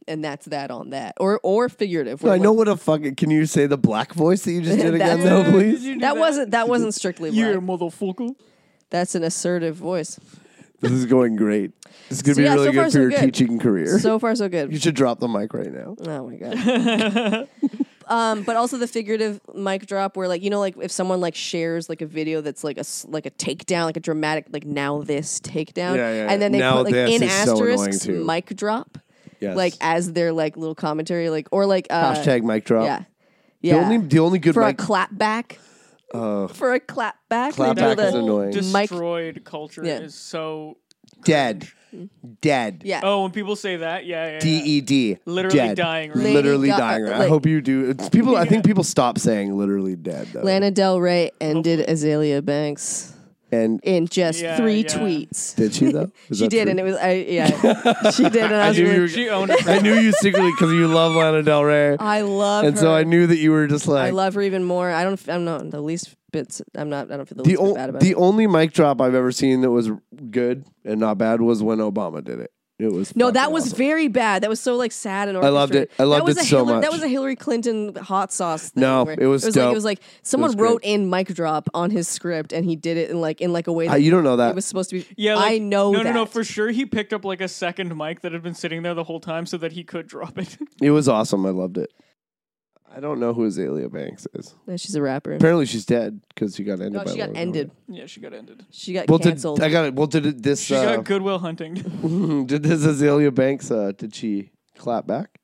S2: and that's that on that, or or figurative.
S1: I
S2: where,
S1: know what a fucking. Can you say the black voice that you just did again,
S2: That's-
S1: though,
S3: Did
S1: please?
S3: you
S2: like,
S3: do
S2: that wasn't that wasn't strictly
S3: Yeah,
S2: black.
S3: motherfucker.
S2: That's an assertive voice.
S1: This is going great. This is going to
S2: So,
S1: be
S2: yeah,
S1: really
S2: so
S1: good
S2: far,
S1: for
S2: so
S1: your
S2: good.
S1: teaching career.
S2: So far, so
S1: you
S2: good.
S1: should drop the mic right now.
S2: Oh my god. um, but also the figurative mic drop, where like you know, like if someone like shares like a video that's like a s- like a takedown, like a dramatic like now this
S1: Yeah,
S2: takedown,
S1: yeah, yeah.
S2: and then they
S1: Now
S2: put like
S1: this
S2: in
S1: is so annoying,
S2: asterisks
S1: too.
S2: mic drop,
S1: Yes.
S2: like as their like little commentary, like or like uh,
S1: hashtag mic drop.
S2: yeah,
S1: The
S2: yeah,
S1: only the only good
S2: for
S1: mic Uh,
S2: a clap back, for a clap back,
S1: Clap
S2: they do
S1: back
S2: the-
S1: is annoying.
S2: Mike-
S3: Destroyed culture
S2: Yeah.
S3: is so.
S1: dead, dead.
S2: yeah.
S3: Oh, when people say that, yeah, yeah.
S1: D
S3: yeah.
S1: E D.
S3: Literally
S1: dead.
S3: dying right
S2: Lady
S1: Literally
S2: Ga-
S1: dying. right? I
S2: like-
S1: hope you do. It's people. I think people stop saying literally dead though.
S2: Lana Del Rey ended Azalea Banks
S1: and
S2: in just
S3: Yeah,
S2: three
S3: yeah.
S2: tweets.
S1: did she though? Is
S2: She
S1: that
S2: did,
S1: true?
S2: and it was I yeah. she did, and I, was
S1: knew
S2: really-
S1: you were-
S3: She owned it.
S1: I knew you secretly because you love Lana Del Rey,
S2: I love
S1: and
S2: her.
S1: so I knew that you were just
S2: I
S1: like
S2: love her even more. I don't. f- I'm not the least bit. I'm not. I don't feel the,
S1: the
S2: least bit
S1: o-
S2: bad about
S1: the
S2: it.
S1: only mic drop I've ever seen that was good and not bad was when Obama did it. It was
S2: No, that
S1: fucking
S2: was
S1: awesome.
S2: very bad. That was so like sad and.
S1: I loved it. I
S2: orchestrated.
S1: loved
S2: that was
S1: it
S2: a
S1: so
S2: Hillary,
S1: much.
S2: That was a Hillary Clinton hot sauce. Thing
S1: No,
S2: where
S1: it was
S2: like
S1: dope.
S2: it was like someone
S1: was great.
S2: wrote in mic drop on his script, and he did it in like in like a way
S1: Uh,
S2: that
S1: you don't know that.
S2: it was supposed to be.
S3: Yeah, like,
S2: I know.
S3: No,
S2: that.
S3: no, no. For sure, he picked up like a second mic that had been sitting there the whole time so that he could drop it.
S1: It was awesome. I loved it. I don't know who Azalea Banks is.
S2: Yeah, she's a rapper.
S1: Apparently, she's dead because she got ended.
S2: No,
S1: by
S2: Oh, she got
S1: Lana Del
S2: ended.
S1: Rey.
S3: yeah, she got ended.
S2: She got
S1: Well, did
S2: canceled.
S1: I got it? Well, did it, this?
S3: She
S1: Uh,
S3: got Goodwill Hunting.
S1: did this Azalea Banks? Uh, did she clap back?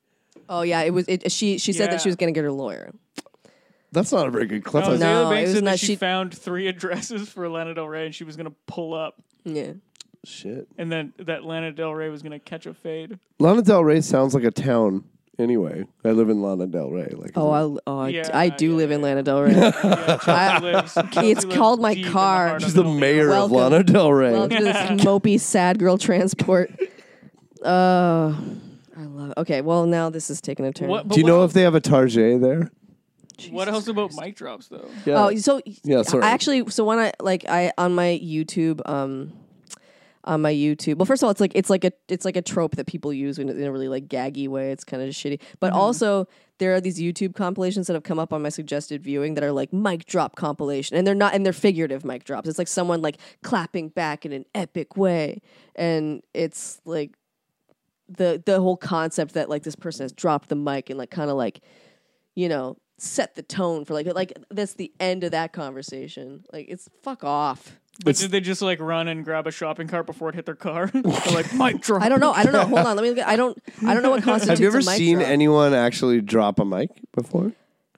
S2: oh yeah, it was. It, she she said
S3: Yeah.
S2: that she was gonna get her lawyer.
S1: That's not a very good clap.
S3: No,
S1: That's-
S3: Azalea
S2: No, it
S3: Banks
S2: was
S3: said that
S2: not-
S3: she,
S2: she-
S3: found three addresses for Lana Del Rey and she was gonna pull up,
S2: Yeah.
S1: Shit.
S3: and then that Lana Del Rey was gonna catch a fade.
S1: Lana Del Rey sounds like a town. Anyway, I live in Lana Del Rey. Like,
S2: Oh, I, oh, I d-
S3: Yeah,
S2: I do
S3: yeah,
S2: live in
S3: yeah.
S2: Lana Del Rey.
S3: Yeah,
S2: I-
S3: Chelsea lives, Chelsea
S2: it's
S3: lives
S2: called my
S3: deep in the
S2: car.
S3: heart of
S1: she's the
S3: Italy.
S1: mayor
S2: Welcome.
S1: of Lana Del Rey.
S2: Welcome to this mopey sad girl transport. Uh, I love. Okay, well now this is taking a turn.
S3: What, but
S1: Do you
S3: what,
S1: know if they have a Target there?
S3: what else about mic drops though?
S1: Yeah.
S2: Oh, so
S1: Yeah, sorry.
S2: I actually, so when I like I on my YouTube, um, on my YouTube. Well, first of all, it's like it's like a it's like a trope that people use in, in a really like gaggy way. It's kind of shitty, but
S1: Mm-hmm.
S2: also there are these YouTube compilations that have come up on my suggested viewing that are like mic drop compilation, and they're not and they're figurative mic drops. It's like someone like clapping back in an epic way, and it's like the the whole concept that like this person has dropped the mic and like kind of like you know set the tone for like like that's the end of that conversation like it's fuck off
S3: But did they just like run and grab a shopping cart before it hit their car? They're like mic drop.
S2: i don't know i don't know hold on let me look at, i don't i don't know what constitutes
S1: have you ever
S2: a mic
S1: seen
S2: drop.
S1: anyone actually drop a mic before?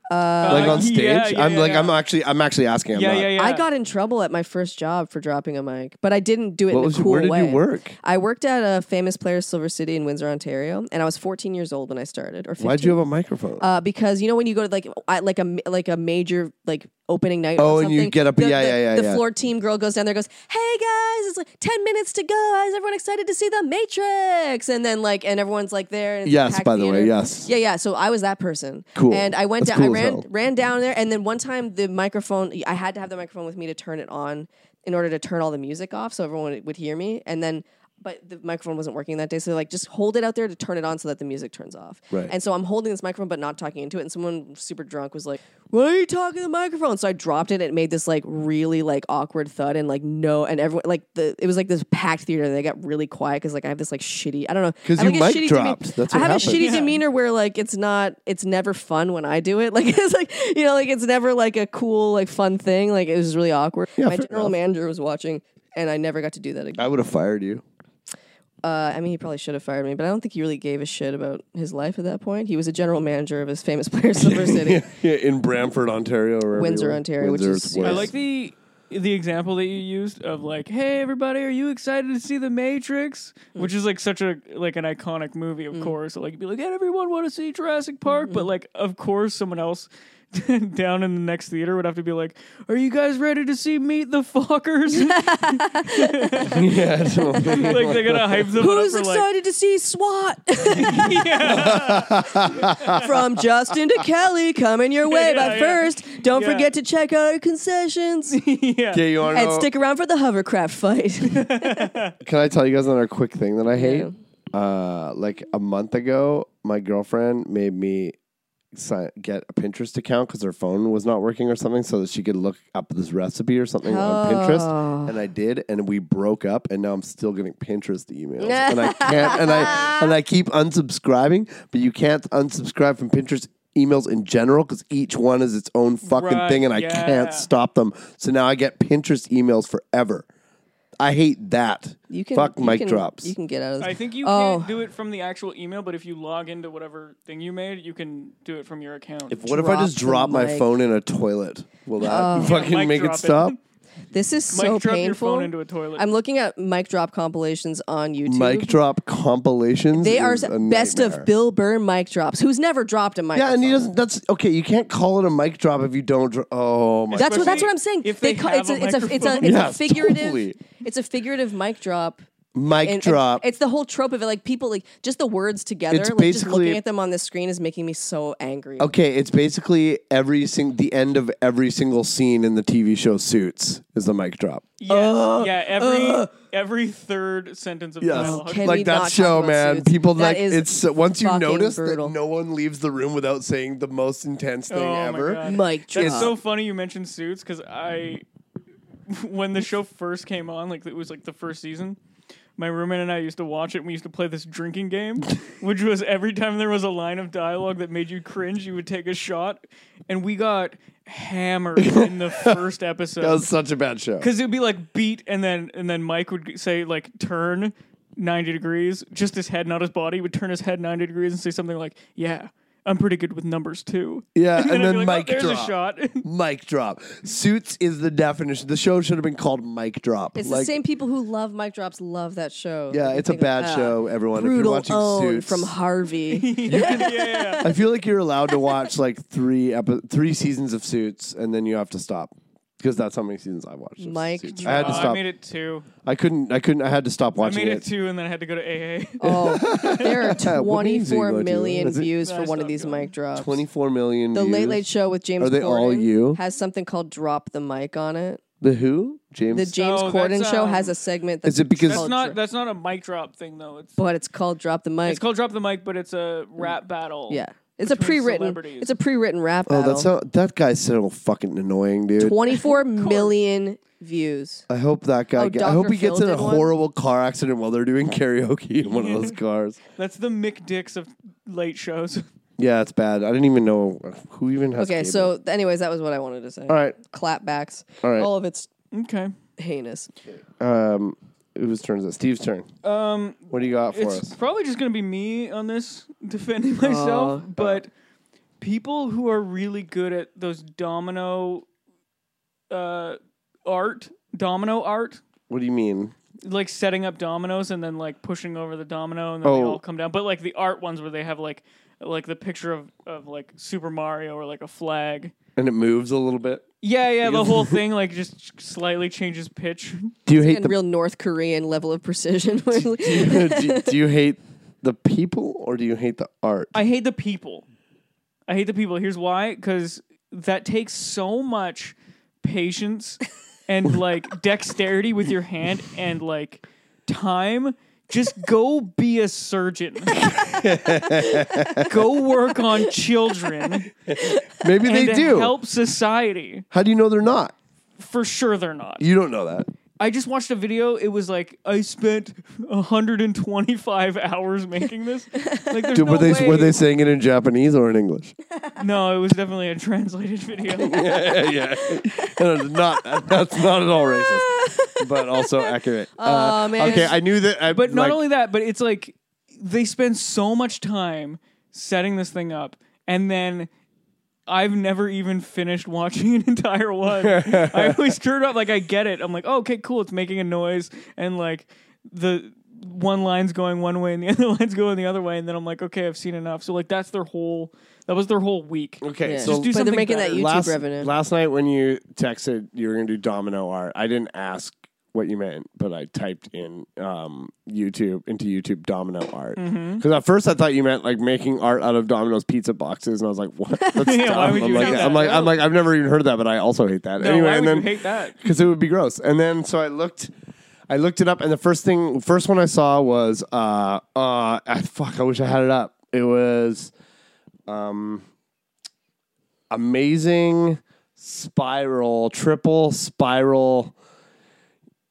S3: Uh,
S1: like on stage?
S3: yeah, yeah,
S1: I'm like,
S3: yeah.
S1: I'm actually, I'm actually asking. I'm
S3: Yeah,
S1: not-
S3: yeah, yeah.
S2: i got in trouble at my first job for dropping a mic but i didn't do it
S1: What
S2: in a
S1: was?
S2: cool
S1: where did
S2: way
S1: you work?
S2: i worked at a famous players silver city in windsor ontario and i was 14 years old when i started or 15.
S1: Why'd you have a microphone?
S2: uh, because you know when you go to like I, like a ma- like a major like opening night.
S1: Oh,
S2: or
S1: and you
S2: something,
S1: get up-
S2: The,
S1: yeah,
S2: the,
S1: yeah, yeah,
S2: The
S1: yeah.
S2: floor team girl goes down there, goes, "Hey guys, it's like ten minutes to go. Is everyone excited to see the Matrix?" And then like, and everyone's like there. And it's a
S1: yes,
S2: packed
S1: by the way,
S2: theater.
S1: yes.
S2: Yeah, yeah. So I was that person.
S1: Cool.
S2: And I went
S1: That's
S2: down.
S1: cool
S2: I
S1: as
S2: ran
S1: hell.
S2: ran down there, and then one time the microphone. I had to have the microphone with me to turn it on in order to turn all the music off, so everyone would hear me. And then. But the microphone wasn't working that day, so they're like, just hold it out there to turn it on so that the music turns off.
S1: Right.
S2: And so I'm holding this microphone, but not talking into it. And someone super drunk was like, "Why are you talking to the microphone?" So I dropped it. and It made this like really like awkward thud, and like no, and everyone like the it was like this packed theater. and They got really quiet because like I have this like shitty. I don't know
S1: 'Cause
S2: I have,
S1: you
S2: like, a
S1: mic
S2: shitty demean-
S1: dropped. That's
S2: I
S1: what
S2: have
S1: happened.
S2: a shitty
S1: Yeah.
S2: demeanor where like it's not, it's never fun when I do it. Like it's like you know, like it's never like a cool, like fun thing. Like it was really awkward. My
S1: fair
S2: general
S1: enough.
S2: manager was watching, and I never got to do that again.
S1: I would have fired you.
S2: Uh, I mean, he probably should have fired me, but I don't think he really gave a shit about his life at that point. He was a general manager of his famous player, Silver City.
S1: yeah, in Brantford, Ontario, or
S2: Windsor, Ontario, which is-
S3: I
S2: Yes.
S3: like the the example that you used of like, "Hey, everybody, are you excited to see The Matrix?"
S2: Mm.
S3: Which is like such a like an iconic movie, of course. So, like, you'd be like, "Hey, everyone, want to see Jurassic
S2: Mm-hmm.
S3: Park?" But like, of course, someone else down in the next theater would have to be like, "Are you guys ready to see Meet the Fockers?"
S1: yeah, it's a-
S3: like, they're gonna hype them
S2: Who's
S3: up for like,
S2: excited to see SWAT?
S3: yeah,
S2: From Justin to Kelly, coming your way.
S3: Yeah,
S2: but
S3: yeah.
S2: first, don't
S3: Yeah.
S2: forget to check out our concessions
S3: yeah.
S1: yeah, you want to
S2: and
S1: know?
S2: stick around for the hovercraft fight.
S1: Can I tell you guys another quick thing that I hate? Uh, like a month ago, my girlfriend made me sign, get a Pinterest account because her phone was not working or something, so that she could look up this recipe or something on Pinterest. And I did, and we broke up, and now I'm still getting Pinterest emails, and I can't, and I and I keep unsubscribing, but you can't unsubscribe from Pinterest. Emails in general, because each one is its own fucking
S3: Right,
S1: thing, and I
S3: yeah.
S1: can't stop them. So now I get Pinterest emails forever. I hate that.
S2: You can
S1: fuck
S2: you
S1: mic
S2: can-
S1: drops.
S2: You can get out of
S3: I
S2: this.
S3: think you
S2: Oh.
S3: can't do it from the actual email, but if you log into whatever thing you made, you can do it from your account.
S1: if, what if I
S2: drop
S1: just
S2: the
S1: drop my
S2: mic. Oh.
S1: phone in a toilet? Will that fucking
S3: Mic
S1: make
S3: drop
S1: it
S3: it.
S1: stop?
S2: This is
S3: Mike,
S2: so
S3: drop
S2: painful.
S3: your phone into a toilet.
S2: I'm looking at mic drop compilations on YouTube.
S1: Mic drop compilations.
S2: they are
S1: is a
S2: best
S1: nightmare.
S2: of Bill Burr mic drops. Who's never dropped a mic?
S1: Yeah, and he doesn't. That's okay. You can't call it a mic drop if you don't. Dro- oh my.
S2: That's what that's
S3: Especially
S2: what I'm saying.
S3: if they
S2: ca- it's
S3: have a
S2: a it's a it's a,
S3: microphone.
S2: it's a
S1: Yeah,
S2: figurative
S1: totally.
S2: it's a figurative mic drop.
S1: mic
S2: And- and
S1: drop.
S2: it's the whole trope of it, like people like just the words together.
S1: It's
S2: like just
S1: basically-
S2: looking at them on the screen is making me so angry.
S1: okay, it's basically every sing- the end of every single scene in the TV show Suits is the mic drop.
S3: yeah, yeah, every every third sentence of
S1: Yes.
S3: dialogue.
S2: Can we
S1: like
S2: not
S1: that
S2: talk
S1: show,
S2: about
S1: man.
S2: Suits?
S1: People
S2: That
S1: like
S2: is
S1: it's so- once you
S2: fucking
S1: notice
S2: brutal.
S1: that no one leaves the room without saying the most intense thing
S3: Oh my
S1: ever.
S3: God.
S2: Mic drop.
S3: That's so funny you mentioned Suits because I, when the show first came on, like it was like the first season, my roommate and I used to watch it. and We used to play this drinking game, which was every time there was a line of dialogue that made you cringe, you would take a shot, and we got hammered in the first episode.
S1: That was such a bad show.
S3: because it would be like beat and then and then mike would g- say like turn 90 degrees just his head not his body He would turn his head 90 degrees and say something like yeah i'm pretty good with numbers too
S1: Yeah, and,
S3: I'd be
S1: then
S3: like, "Oh,
S1: mic
S3: there's
S1: drop.
S3: a shot
S1: Mic drop. Suits is the definition. The show should have been called Mic Drop.
S2: It's the
S1: Like,
S2: same people who love mic drops love that show.
S1: Yeah,
S2: Like, you
S1: it's a
S2: think of,
S1: bad
S2: ah,
S1: show. Everyone, if you're
S2: Brutal
S1: watching
S2: own
S1: Suits,
S2: from Harvey.
S3: yeah, yeah.
S1: I feel like you're allowed to watch like three epi- three seasons of Suits, and then you have to stop because that's how many seasons I watched. of
S2: Mic
S1: Suits. I had to
S3: Uh, I
S1: stop.
S3: made it two
S1: I couldn't. I couldn't. I had to stop
S3: i
S1: watching
S3: made it two and then i had to go to aa
S2: Oh, there are
S1: What means you
S2: 24
S1: go to?
S2: million
S1: Is it-
S2: views for
S3: Nice
S2: one of
S3: stuff,
S2: these
S3: yeah.
S2: mic drops.
S1: Twenty-four million.
S2: the Late
S1: views.
S2: Late Show with James
S1: Are they all
S2: Corden
S1: you?
S2: has something called Drop the Mic on it.
S1: The Who? James.
S2: The James
S3: Oh, that's,
S2: Corden show
S3: um,
S2: has a segment that's
S1: Is it because-
S3: that's
S2: called
S3: not
S2: Dro-
S3: that's not a mic drop thing though it's
S2: but it's called Drop the Mic.
S3: it's called drop the mic but it's
S1: Mm.
S3: a rap battle
S2: yeah. It's a
S3: between
S2: pre-written
S3: celebrities.
S2: it's a pre-written rap
S1: oh,
S2: battle.
S1: that's how, that guy's so fucking annoying, dude.
S2: 24 million views.
S1: I hope that guy.
S2: Oh,
S1: get- I hope
S2: Dr.
S1: he gets
S2: Phil
S1: in a
S2: did one?
S1: horrible car accident while they're doing karaoke in one of those cars.
S3: that's the mick dicks of late shows
S1: Yeah, it's bad. I didn't even know who even has.
S2: Okay,
S1: cable.
S2: so th- anyways, that was what I wanted to say.
S1: all right,
S2: Clapbacks.
S1: All right.
S2: All of it's
S3: okay
S2: heinous.
S1: um, whose turn is it? Steve's turn. Um, what do you got for
S3: it's
S1: us?
S3: probably just going to be me on this defending myself, but people who are really good at those domino uh, art, domino art,
S1: What do you mean?
S3: like setting up dominoes and then like pushing over the domino and then they
S1: Oh.
S3: all come down. But like the art ones where they have like like the picture of, of like Super Mario or like a flag.
S1: And it moves a little bit.
S3: Yeah, yeah, the whole thing like just slightly changes pitch.
S1: Do you hate
S2: And
S1: the?
S2: real North Korean level of precision.
S1: do, you, do you hate the people or do you hate the art?
S3: I hate the people. I hate the people. Here's why: because that takes so much patience and like dexterity with your hand and like time. Just go be a surgeon. go work on children
S1: Maybe
S3: and
S1: they
S3: to
S1: do.
S3: help society.
S1: How do you know they're not?
S3: For sure, they're not.
S1: You don't know that.
S3: I just watched a video. It was like I spent 125 hours making this. Like, there's
S1: Do,
S3: no
S1: were they
S3: way.
S1: were they saying it in Japanese or in English?
S3: No, it was definitely a translated video.
S1: yeah, And not that's not at all racist, but also accurate. Uh,
S2: Oh, man.
S1: Okay, I knew that. I,
S3: But not
S1: like,
S3: only that, but it's like they spend so much time setting this thing up and then I've never even finished watching an entire one. I always turned up like I get it. I'm like, oh, okay, cool. It's making a noise and like the one line's going one way and the other line's going the other way, and then I'm like, okay, I've seen enough. So like that's their whole that was their whole week.
S1: Okay,
S2: Yeah.
S1: so
S3: Just do
S2: but they're
S3: something
S2: making that
S3: better.
S2: YouTube
S1: last,
S2: revenue.
S1: last night when you texted you were going to do domino art, I didn't ask what you meant, but I typed in um, YouTube into YouTube domino art because
S3: Mm-hmm.
S1: at first I thought you meant like making art out of Domino's pizza boxes, and I was like, what? That's
S3: Yeah, why
S1: dumb.
S3: would
S1: I'm
S3: you
S1: like,
S3: hate
S1: I'm
S3: that?
S1: like, I'm like, I've never even heard of that, but I also hate that.
S3: No,
S1: anyway,
S3: why
S1: and
S3: would
S1: then
S3: you hate that?
S1: because it would be gross. And then so I looked, I looked it up, and the first thing, first one I saw was, uh, uh, I, fuck, I wish I had it up. It was, um, amazing spiral, triple spiral.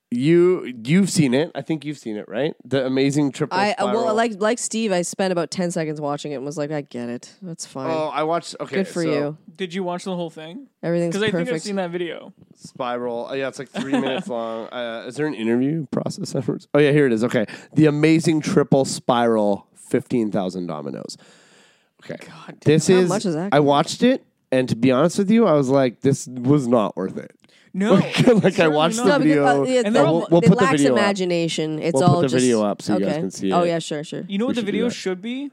S1: You you've seen it. I think you've seen it, right? The amazing triple.
S2: I uh,
S1: spiral.
S2: well, like like Steve, I spent about ten seconds watching it and was like, I get it. That's fine.
S1: Oh, I watched. Okay,
S2: Good for
S1: so
S2: you.
S3: Did you watch the whole thing?
S2: Everything's
S3: Because I
S2: perfect.
S3: think I've seen that video.
S1: Spiral. Uh, yeah, it's like three minutes long. Uh, is there an interview process? afterwards? Oh yeah, here it is. Okay, the amazing triple spiral, fifteen thousand dominoes. Okay, God, this
S2: How
S1: is.
S2: much is that?
S1: I watched it, and to be honest with you, I was like, this was not worth it.
S3: No,
S1: like I
S3: certainly
S1: watched the
S3: not.
S1: video.
S2: uh, yeah,
S3: And they're
S2: the-
S3: all-
S1: we'll
S2: it
S1: put the
S2: lacks
S1: video up.
S2: imagination. It's
S1: We'll put
S2: all
S1: the
S2: just
S1: video up so you
S2: okay.
S1: guys can see
S2: Oh
S1: it.
S2: yeah, sure, sure.
S3: You know what the
S1: should do
S3: video
S1: that.
S3: should be?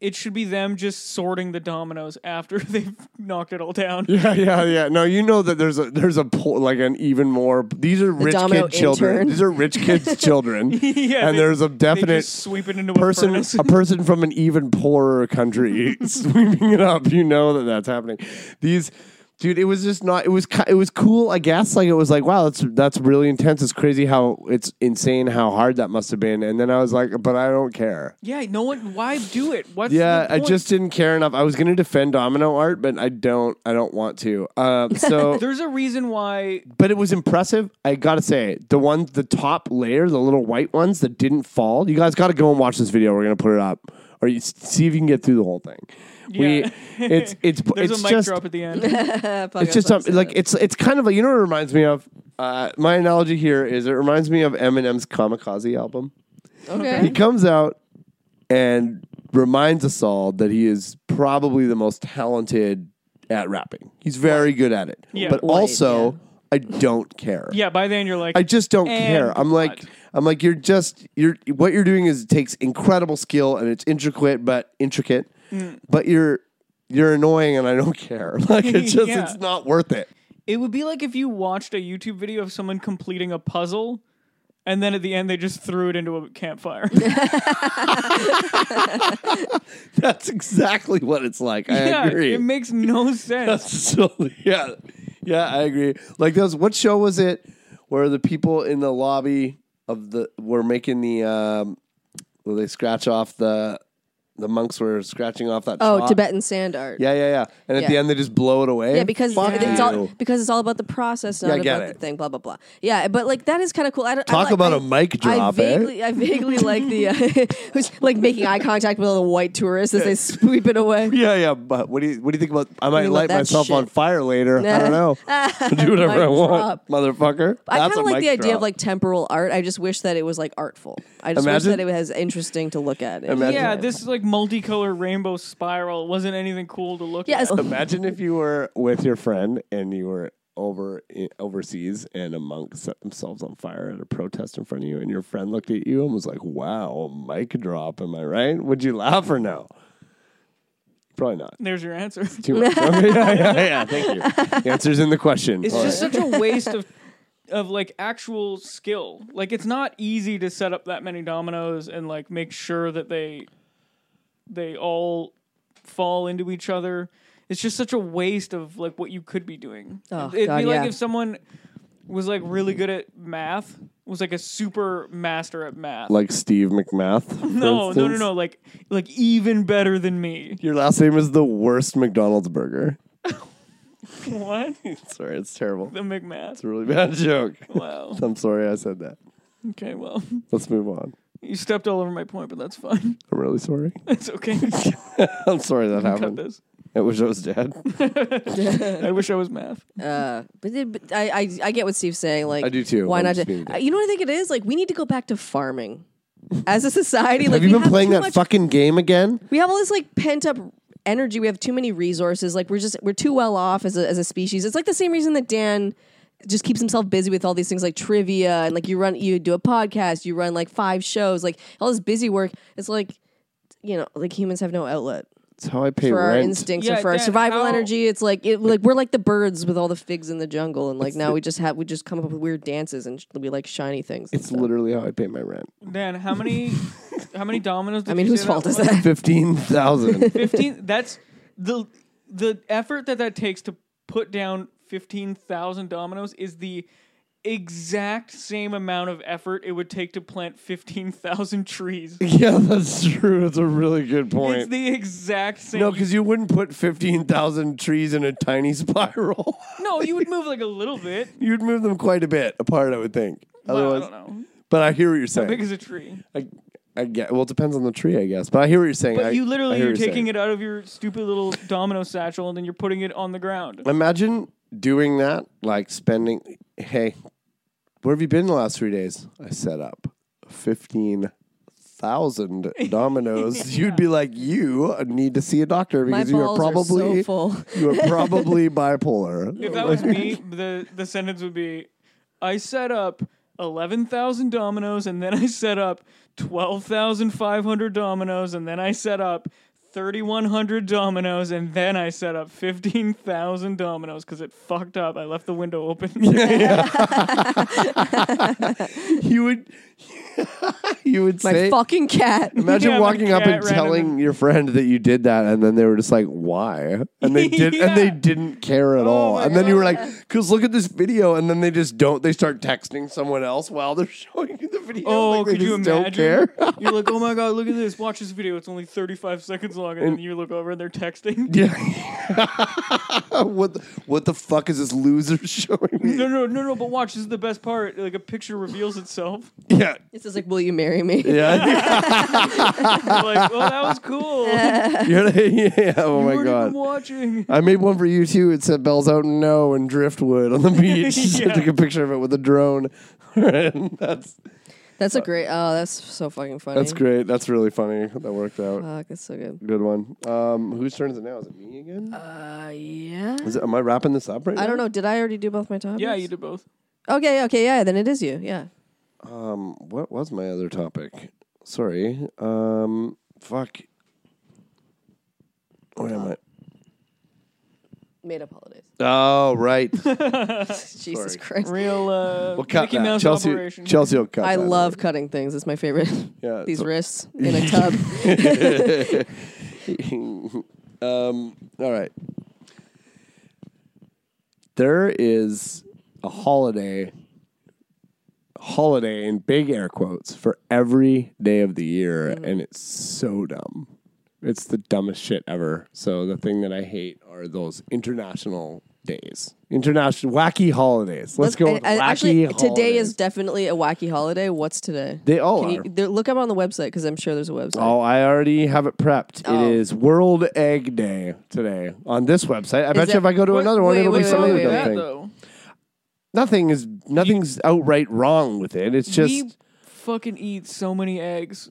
S3: It should be them just sorting the dominoes after they've knocked it all down.
S1: Yeah, yeah, yeah. No, you know that there's a there's a po- like an even more. These are rich
S2: domino
S1: kid children.
S2: intern.
S1: These are rich kids' children.
S3: Yeah,
S1: and
S3: they-
S1: there's a
S3: They
S1: definite
S3: just sweep it into a
S1: person
S3: furnace.
S1: a person from an even poorer country sweeping it up you know that that's happening these dude it was just not it was ki- it was cool i guess like it was like wow that's that's really intense it's crazy how it's insane how hard that must have been and then i was like but i don't care
S3: yeah, no one. Why do it? What's
S1: yeah
S3: the
S1: i
S3: point?
S1: just didn't care enough i was going to defend domino art but i don't i don't want to uh, so
S3: There's a reason why.
S1: but it was impressive. I gotta say, the one, the top layer, the little white ones that didn't fall. You guys gotta go and watch this video. We're gonna put it up, or you s- see if you can get through the whole thing.
S3: Yeah.
S1: We, it's it's
S3: There's
S1: it's
S3: a mic
S1: just
S3: drop at the end.
S1: it's just um, like it's it's kind of like you know what it reminds me of. Uh, my analogy here is it reminds me of Eminem's Kamikaze album. He
S2: okay.
S1: comes out and reminds us all that he is probably the most talented at rapping. He's very good at it,
S3: Yeah.
S1: but
S2: White,
S1: also I don't care.
S3: yeah, by then you're like,
S1: I just don't
S3: And
S1: care. I'm like,
S3: God.
S1: I'm like, you're just, you're, what you're doing is it takes incredible skill and it's intricate, but intricate,
S3: Mm.
S1: but you're, you're annoying and I don't care. Like it's just,
S3: Yeah.
S1: it's not worth it.
S3: it would be like if you watched a YouTube video of someone completing a puzzle, and then at the end they just threw it into a campfire.
S1: That's exactly what it's like. I
S3: yeah,
S1: agree.
S3: it makes no sense.
S1: That's totally, yeah, yeah, I agree. Like those, what show was it where the people in the lobby of the were making the, um, well, they scratch off the, the monks were scratching off that.
S2: Oh,
S1: chalk?
S2: Tibetan sand art.
S1: Yeah, yeah, yeah. And at the
S2: Yeah.
S1: end, they just blow it away.
S2: Yeah, because
S1: Fuck
S2: it's
S1: you.
S2: all because it's all about the process,
S1: Yeah, I
S2: not
S1: get
S2: about the
S1: it.
S2: thing. Blah blah blah. Yeah, but like that is kind of cool. I don't, I
S1: Talk
S2: like-
S1: about
S2: I-
S1: a mic
S2: I
S1: drop, eh?
S2: vaguely, I vaguely like the uh, who's like making eye contact with all the white tourists as they sweep it away.
S1: Yeah, yeah. But what do you what do you think about? I might
S2: about
S1: light
S2: that
S1: myself
S2: shit?
S1: on fire later. I don't know. do whatever
S2: Mic
S1: I want, motherfucker.
S2: I
S1: That's
S2: kind of
S1: a
S2: like
S1: mic
S2: the idea
S1: drop.
S2: of like temporal art. I just wish that it was like artful. I just
S1: Imagine-
S2: wish that it was interesting to look at.
S1: Imagine-
S3: Yeah, this is like multicolor rainbow spiral. It wasn't anything cool to look
S2: Yeah,
S3: at.
S2: it's-
S1: Imagine if you were with your friend and you were over i- overseas and a monk set themselves on fire at a protest in front of you, and your friend looked at you and was like, "Wow, a mic drop." Am I right? Would you laugh or no? Probably not.
S3: There's your answer.
S1: Too much. Okay, yeah, yeah, yeah. Thank you. Answers in the question.
S3: It's
S1: All
S3: just
S1: right.
S3: such a waste of of like actual skill. Like it's not easy to set up that many dominoes and like make sure that they they all fall into each other. It's just such a waste of like what you could be doing.
S2: Oh,
S3: It'd
S2: God,
S3: be like
S2: yeah.
S3: if someone was like really good at math, was like a super master at math.
S1: like Steve McMath. for
S3: no, no, no,
S1: instance.
S3: no, like like even better than me.
S1: Your last name is the worst McDonald's burger.
S3: What?
S1: Sorry, it's terrible.
S3: the McMath.
S1: It's a really bad joke.
S3: Wow.
S1: I'm sorry I said that.
S3: Okay, well,
S1: Let's move on.
S3: you stepped all over my point, but that's fine.
S1: I'm really sorry.
S3: It's okay.
S1: I'm sorry that
S3: Cut
S1: happened.
S3: this.
S1: I wish I was dead.
S3: I wish I was math.
S2: Uh, but, it- but I, I I get what Steve's saying. Like
S1: I do too.
S2: Why
S1: I'm
S2: not?
S1: just
S2: Just,
S1: being a dick.
S2: uh, you know what I think it is? Like we need to go back to farming as a society. like
S1: have you
S2: we
S1: been playing
S2: too
S1: that
S2: much-
S1: fucking game again?
S2: We have all this like pent up energy. We have too many resources. Like we're just we're too well off as a, as a species. It's like the same reason that Dan just keeps himself busy with all these things like trivia and like you run you do a podcast, you run like five shows, like all this busy work. It's like you know, like humans have no outlet
S1: It's how I pay
S2: for our
S1: rent.
S2: instincts
S3: Yeah,
S2: or for our
S3: Dan,
S2: survival
S3: how-
S2: energy. It's like it, like we're like the birds with all the figs in the jungle, and like now we just have we just come up with weird dances and sh- we like shiny things. and
S1: It's
S2: stuff.
S1: literally how I pay my rent.
S3: Dan, how many how many dominoes did
S2: I mean,
S3: you
S2: whose
S3: say
S2: fault
S3: that
S2: is
S3: was?
S2: that?
S1: Fifteen thousand.
S3: 15 that's the the effort that that takes to put down 15,000 dominoes is the exact same amount of effort it would take to plant 15,000 trees.
S1: yeah, that's true. That's a really good
S3: It's
S1: point.
S3: the exact same.
S1: No, because you wouldn't put fifteen thousand trees in a tiny spiral.
S3: No, you would move like a little bit.
S1: You'd move them quite a bit apart, I would think.
S3: Well, I
S1: Otherwise,
S3: don't know.
S1: but I hear what you're saying.
S3: Big as a tree.
S1: I, I get well, it depends on the tree, I guess. But I hear what you're saying.
S3: But
S1: I,
S3: you literally you're taking it out of your stupid little domino satchel and then you're putting it on the ground.
S1: Imagine doing that, like spending. Hey, where have you been the last three days? I set up fifteen thousand dominoes. You'd be like, you need to see a doctor
S2: My
S1: because you are
S2: balls
S1: probably
S2: are so full.
S1: you are probably bipolar.
S3: If that was me, the the sentence would be, I set up eleven thousand dominoes, and then I set up twelve thousand five hundred dominoes, and then I set up thirty one hundred dominoes, and then I set up fifteen thousand dominoes because it fucked up. I left the window open.
S1: you would you would
S2: My
S1: say.
S2: fucking cat.
S1: Imagine
S3: Yeah, my
S1: walking up
S3: cat
S1: and
S3: ran in
S1: telling your friend that you did that, and then they were just like, "Why?" And they did, and they
S3: Yeah. Oh
S1: didn't care at all.
S3: my
S1: And then you were
S3: God.
S1: like, "Cause look at this video," and then they just don't. They start texting someone else while they're showing you the video.
S3: Oh,
S1: like, they
S3: could you
S1: just don't
S3: imagine?
S1: care.
S3: You're like, oh my god, look at this! Watch this video. It's only 35 seconds long, and, then you look over and they're texting.
S1: Yeah. what the, what the fuck is this loser showing me?
S3: No, no, no, no. But watch. This is the best part. Like a picture reveals itself.
S1: Yeah,
S2: This is like, will you marry me?
S1: yeah,
S3: You're like, oh, that was cool.
S1: You're like- yeah. Oh my
S3: Weren't even
S1: god.
S3: watching.
S1: I made one for you too. It said "Bells Out and No" and "Driftwood" on the beach. I
S3: Yeah.
S1: took a picture of it with a drone. and that's
S2: That's a great. Oh, that's so fucking funny.
S1: That's great. That's really funny. That worked out.
S2: Fuck, that's so good.
S1: Good one. Um, whose turn is it now? Is it me again?
S2: Uh, yeah.
S1: Is it, am I wrapping this up right now?
S2: I don't know. Did I already do both my topics?
S3: Yeah, you did both.
S2: Okay, okay, yeah. Then it is you. Yeah.
S1: Um, what was my other topic? Sorry. Um, fuck. Where
S2: Uh,
S1: am I?
S2: Made up holidays.
S1: Oh, right.
S2: Jesus
S1: Sorry.
S2: Christ.
S3: Real uh,
S1: We'll cut
S3: Mickey
S1: that.
S3: Mouse
S1: Chelsea,
S3: operation.
S1: Chelsea will cut
S2: I
S1: that.
S2: love cutting things. It's my favorite.
S1: Yeah,
S2: These
S1: so-
S2: wrists in a tub.
S1: um, all right. There is a holiday, holiday in big air quotes for every day of the year,
S2: Mm.
S1: and it's so dumb. It's the dumbest shit ever. So the thing that I hate are those international days, international wacky holidays. Let's go.
S2: I-
S1: with
S2: I-
S1: wacky
S2: actually, today
S1: holidays.
S2: is definitely a wacky holiday. What's today?
S1: They all
S2: Can
S1: are.
S2: you, there- look up on the website because I'm sure there's a website.
S1: Oh, I already have it prepped.
S2: Oh.
S1: It is World Egg Day today on this website. I bet
S2: that-
S1: you if I go to
S3: What-
S1: another one,
S2: wait,
S1: it'll
S2: wait,
S1: be some
S2: wait,
S1: other
S2: wait,
S1: dumb
S2: wait.
S1: thing.
S3: though.
S1: Nothing is nothing's outright wrong with it. It's just
S3: we fucking eat so many eggs.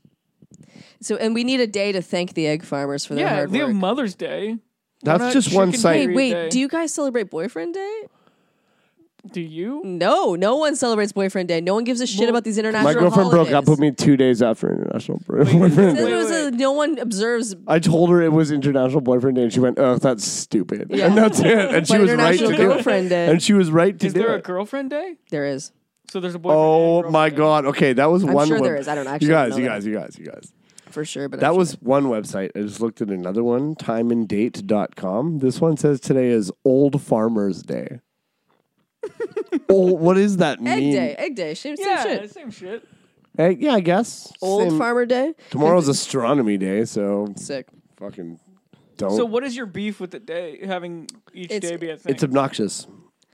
S2: So, and we need a day to thank the egg farmers for their
S3: Yeah,
S2: hard
S3: they have
S2: work.
S3: Mother's Day.
S1: that's
S3: not
S1: just one
S3: chicken
S1: site.
S2: Hey,
S3: Every
S2: wait,
S3: day.
S2: do you guys celebrate Boyfriend Day?
S3: Do
S1: Mm,
S3: you?
S2: No, no one celebrates Boyfriend Day. No one gives a shit
S3: Well,
S2: about these international
S1: My girlfriend broke up
S2: holidays.
S1: with me two days after International
S3: Wait,
S1: Boyfriend
S2: Then
S1: Day.
S2: it
S3: wait,
S2: was a-
S3: wait.
S2: no one observes.
S1: I told her it was International Boyfriend Day, and she went, "Oh, that's stupid,"
S2: Yeah.
S1: and that's it. And she
S2: But
S1: was right
S2: International
S1: to do it.
S2: Girlfriend Day.
S1: And she was right to
S3: Is
S1: do
S3: there a
S1: it.
S3: girlfriend day?
S2: There is.
S3: So there's a boyfriend.
S1: oh
S3: day and
S1: my
S3: girlfriend
S1: god! Okay, that was
S2: I'm
S1: one.
S2: sure there
S1: web-
S2: is. I don't actually
S1: You guys,
S2: know
S1: you
S2: that.
S1: guys, you guys, you guys.
S2: for sure. But
S1: That
S2: I'm
S1: was one website. I just looked at another one, timeanddate.com. This one says today is Old Farmers Day. Old, what does that
S2: sure. egg
S1: mean?
S2: day, egg day, same, same
S3: day. Yeah,
S2: shit.
S3: same shit.
S1: Hey, yeah, I guess.
S2: Old
S1: Same.
S2: farmer day,
S1: Tomorrow's Astronomy Day, so
S2: sick.
S1: fucking don't.
S3: So what is your beef with the day having each
S2: It's-
S3: day be a thing?
S1: Oh. it's obnoxious.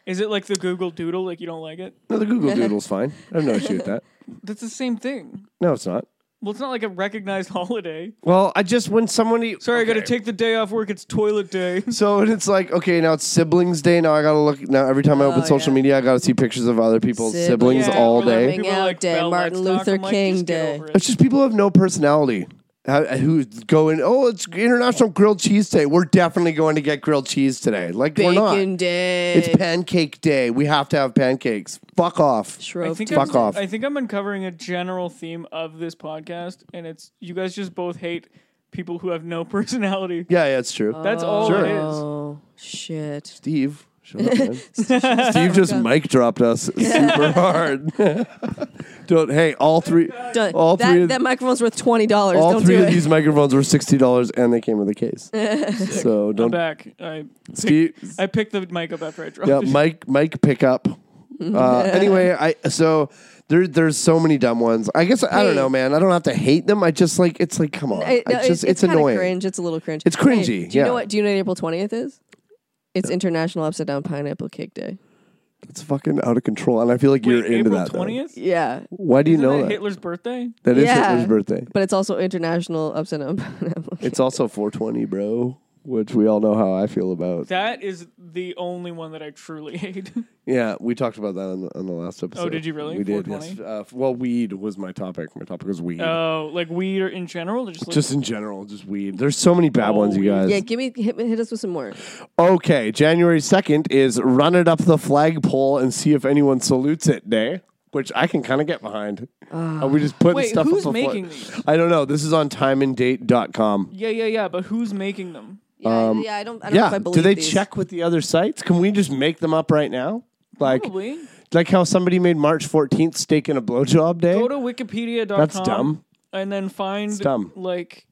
S3: is it like the Google Doodle? Like you don't like it?
S1: No, the Google Doodle's fine. I have no issue with that.
S3: That's the same thing.
S1: No, it's not.
S3: Well, it's not like a recognized holiday.
S1: Well, I just when somebody
S3: Sorry, I got
S1: Okay.
S3: to take the day off work. It's toilet day.
S1: So and it's like okay, now it's siblings day. Now I gotta look. Now every time I open
S2: Oh,
S1: social
S2: yeah.
S1: media, I gotta see pictures of other people's
S2: Siblings.
S1: siblings
S2: Yeah,
S1: all
S2: we're
S1: day.
S2: Hang out day,
S3: "Bell,
S2: Martin
S3: let's talk."
S2: Luther
S3: I'm like,
S2: King
S3: "Just get
S2: day."
S3: over it."
S1: It's just people have no personality. How, who's going? Oh, it's International Grilled Cheese Day. We're definitely going to get grilled cheese today. Like we're not.
S2: Bacon day.
S1: It's pancake day. We have to have pancakes. Fuck off.
S2: Shrove
S3: I think,
S2: too.
S1: Fuck
S3: I'm,
S1: off.
S3: I think I'm uncovering a general theme of this podcast, and it's you guys just both hate people who have no personality.
S1: Yeah, yeah, it's true.
S3: That's all
S1: Sure.
S3: it is.
S2: Oh shit.
S1: Steve. Shut up, man. Steve just mic dropped us super hard. Don't. Hey, all three.
S2: Done.
S1: All
S2: that,
S1: three of-
S2: that microphone's worth twenty dollars.
S1: All
S2: Don't
S1: three
S2: do
S1: of
S2: it.
S1: these microphones were sixty dollars, and they came with a case. so
S3: I'm
S1: don't.
S3: back. I
S1: Steve,
S3: I picked the mic up after I dropped
S1: yeah,
S3: it.
S1: Mike, Mike, pick up. Uh, anyway, I so there, there's so many dumb ones. I guess I don't
S2: Hey.
S1: know, man. I don't have to hate them. I just like it's like come on,
S2: I-
S1: I
S2: no,
S1: just it's,
S2: kinda
S1: annoying.
S2: Cringe. It's a little cringe.
S1: It's cringy,
S2: do you
S1: yeah. Uh,
S2: know what? Do you know what April twentieth is? It's International Upside Down Pineapple Cake Day.
S1: It's fucking out of control, and I feel like
S3: Wait,
S1: you're into
S3: April
S1: that. though.
S3: twentieth.
S2: Yeah,
S1: Why do you know that?
S3: Hitler's birthday?
S1: that is
S2: Yeah.
S1: Hitler's birthday.
S2: but it's also International Upside Down Pineapple. Cake.
S1: It's also 420, bro, which we all know how I feel about.
S3: That is the only one that I truly hate.
S1: Yeah, we talked about that on the, on the last episode.
S3: Oh, did you really?
S1: We did.
S3: 420?
S1: Yes. Uh, well, weed was my topic. My topic was weed.
S3: Oh, like weed or in general, or just, like,
S1: just in general, just weed. There's so many bad
S3: Oh,
S1: ones, you
S3: weed.
S1: guys.
S2: yeah, give me hit, hit us with some more.
S1: Okay, January 2nd is run it up the flagpole and see if anyone salutes it day, which I can kind of get behind. Are we just putting
S3: Ah. Wait,
S1: stuff
S3: who's
S1: up the flag-
S3: making these?
S1: I don't know. This is on timeanddate.com.
S3: yeah, yeah, yeah. But who's making them?
S2: Yeah, yeah I don't. I
S1: Um,
S2: don't know if
S1: Yeah.
S2: I believe
S1: Do they
S2: these.
S1: check with the other sites? Can we just make them up right now? Like
S3: Probably.
S1: like how somebody made March 14th steak and a blowjob day?
S3: Go to Wikipedia.com.
S1: That's dumb.
S3: And then find
S1: dumb.
S3: like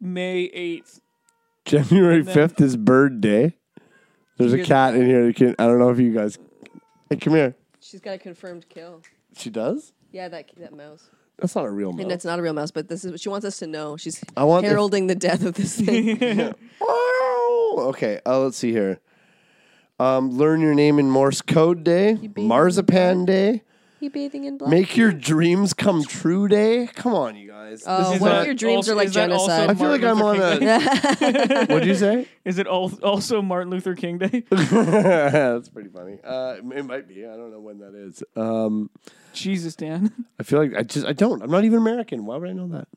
S3: May eighth.
S1: January 5th is bird day. There's a
S3: Good.
S1: cat in here. That can, I don't know if you guys. Hey, come here.
S2: She's got a confirmed kill.
S1: She does?
S2: Yeah, that that mouse.
S1: That's not a real
S2: And
S1: mouse.
S2: it's not a real mouse, but this is what she wants us to know. She's
S1: Oh. I want the-
S2: heralding the death of this thing.
S1: Okay, uh, let's see here. Um, learn your name in Morse code day, marzipan day,
S2: you bathing in blood.
S1: make your dreams come true day. Come on, you guys.
S2: Oh,
S1: This is
S2: what
S1: a-
S2: if your dreams are like
S3: is that also
S2: genocide?
S1: I feel like
S3: Martin
S1: I'm on
S3: Luther King Day?
S1: a. What'd you say?
S3: Is it al- also Martin Luther King Day?
S1: That's pretty funny. Uh, it might be. I don't know when that is. Um,
S3: Jesus, Dan.
S1: I feel like I just I don't. I'm not even American. Why would I know that?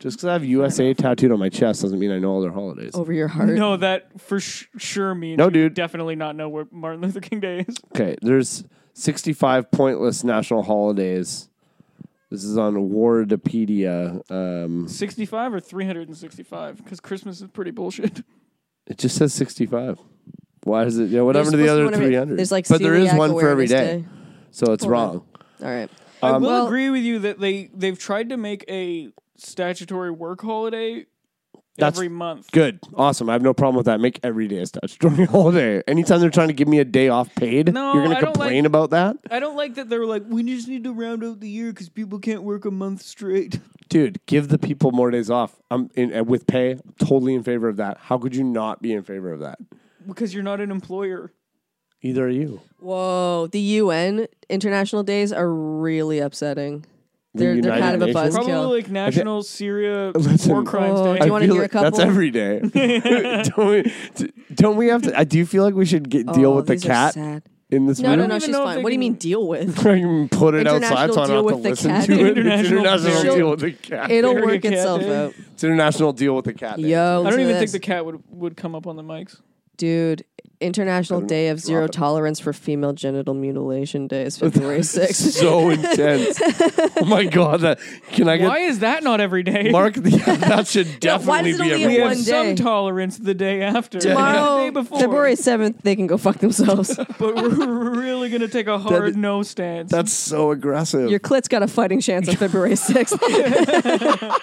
S1: Just because I have USA tattooed on my chest doesn't mean I know all their holidays.
S2: over your heart.
S3: No, that for sh- sure means
S1: No,
S3: you
S1: dude.
S3: definitely not know where Martin Luther King Day is.
S1: Okay, there's 65 pointless national holidays. This is on Wardopedia. Um,
S3: 65 or 365? Because Christmas is pretty bullshit.
S1: Um, it just says 65. Why is it? Yeah, whatever to
S2: There's
S1: the other
S2: supposed to be one every-
S1: 300.
S2: There's like
S1: but there is
S2: celiac
S1: one for every
S2: awareness
S1: day, so it's
S2: Hold on.
S1: wrong.
S2: All right.
S3: I will
S2: Well-
S3: agree with you that they, they've tried to make a statutory work holiday
S1: That's
S3: every month.
S1: Good, awesome. I have no problem with that. Make every day a statutory holiday. Anytime they're trying to give me a day off paid,
S3: No,
S1: you're going
S3: I
S1: to
S3: don't
S1: complain
S3: like-
S1: about that,
S3: I don't like that they're like, we just need to round out the year because people can't work a month straight.
S1: dude. Give the people more days off. I'm in uh, with pay. I'm totally in favor of that. How could you not be in favor of that?
S3: because you're not an employer.
S1: Either are you.
S2: Whoa, the UN international days are really upsetting. They're they're
S1: United
S2: kind of a
S1: Nations?
S3: Probably
S2: buzzkill.
S3: like National Syria
S1: Listen.
S3: War Crimes
S2: Oh,
S3: Day.
S2: do you wanna
S1: feel
S2: hear a
S1: like That's
S2: couple?
S1: every day. don't, we, don't we have to? I do feel like we should get, deal
S2: Oh,
S1: with the
S2: these are
S1: cat
S2: sad.
S1: in this
S2: No, no,
S1: room.
S2: no,
S3: even
S2: she's
S3: know if
S2: fine.
S3: they
S2: What do you
S3: can-
S2: mean deal with?
S1: I can put it outside so I
S2: International
S1: don't have
S2: deal
S1: to
S2: with the
S1: listen
S2: cat.
S1: to it. It's
S3: International
S1: international
S3: deal.
S1: deal with the cat.
S2: It'll
S3: Bury a
S2: work
S3: cat
S2: itself
S3: day.
S2: out.
S1: it's international deal with the cat. day.
S2: Yo,
S3: I don't
S2: listen to
S3: even think
S2: this.
S3: the cat would, would come up on the mics.
S2: dude. International Day of Zero Tolerance for Female Genital Mutilation Day is February 6th.
S1: so intense. oh my god! That, can I get
S3: Why is that not every day?
S1: Mark? The, that should
S2: No, why
S1: definitely
S2: does it
S1: be every
S2: only have
S1: day.
S2: one
S3: have some
S2: day.
S3: tolerance the day after.
S2: Tomorrow,
S3: the day before.
S2: February 7th, they can go fuck themselves.
S3: But we're really going to take a hard no stance.
S1: That's so aggressive.
S2: Your clit's got a fighting chance on February 6th.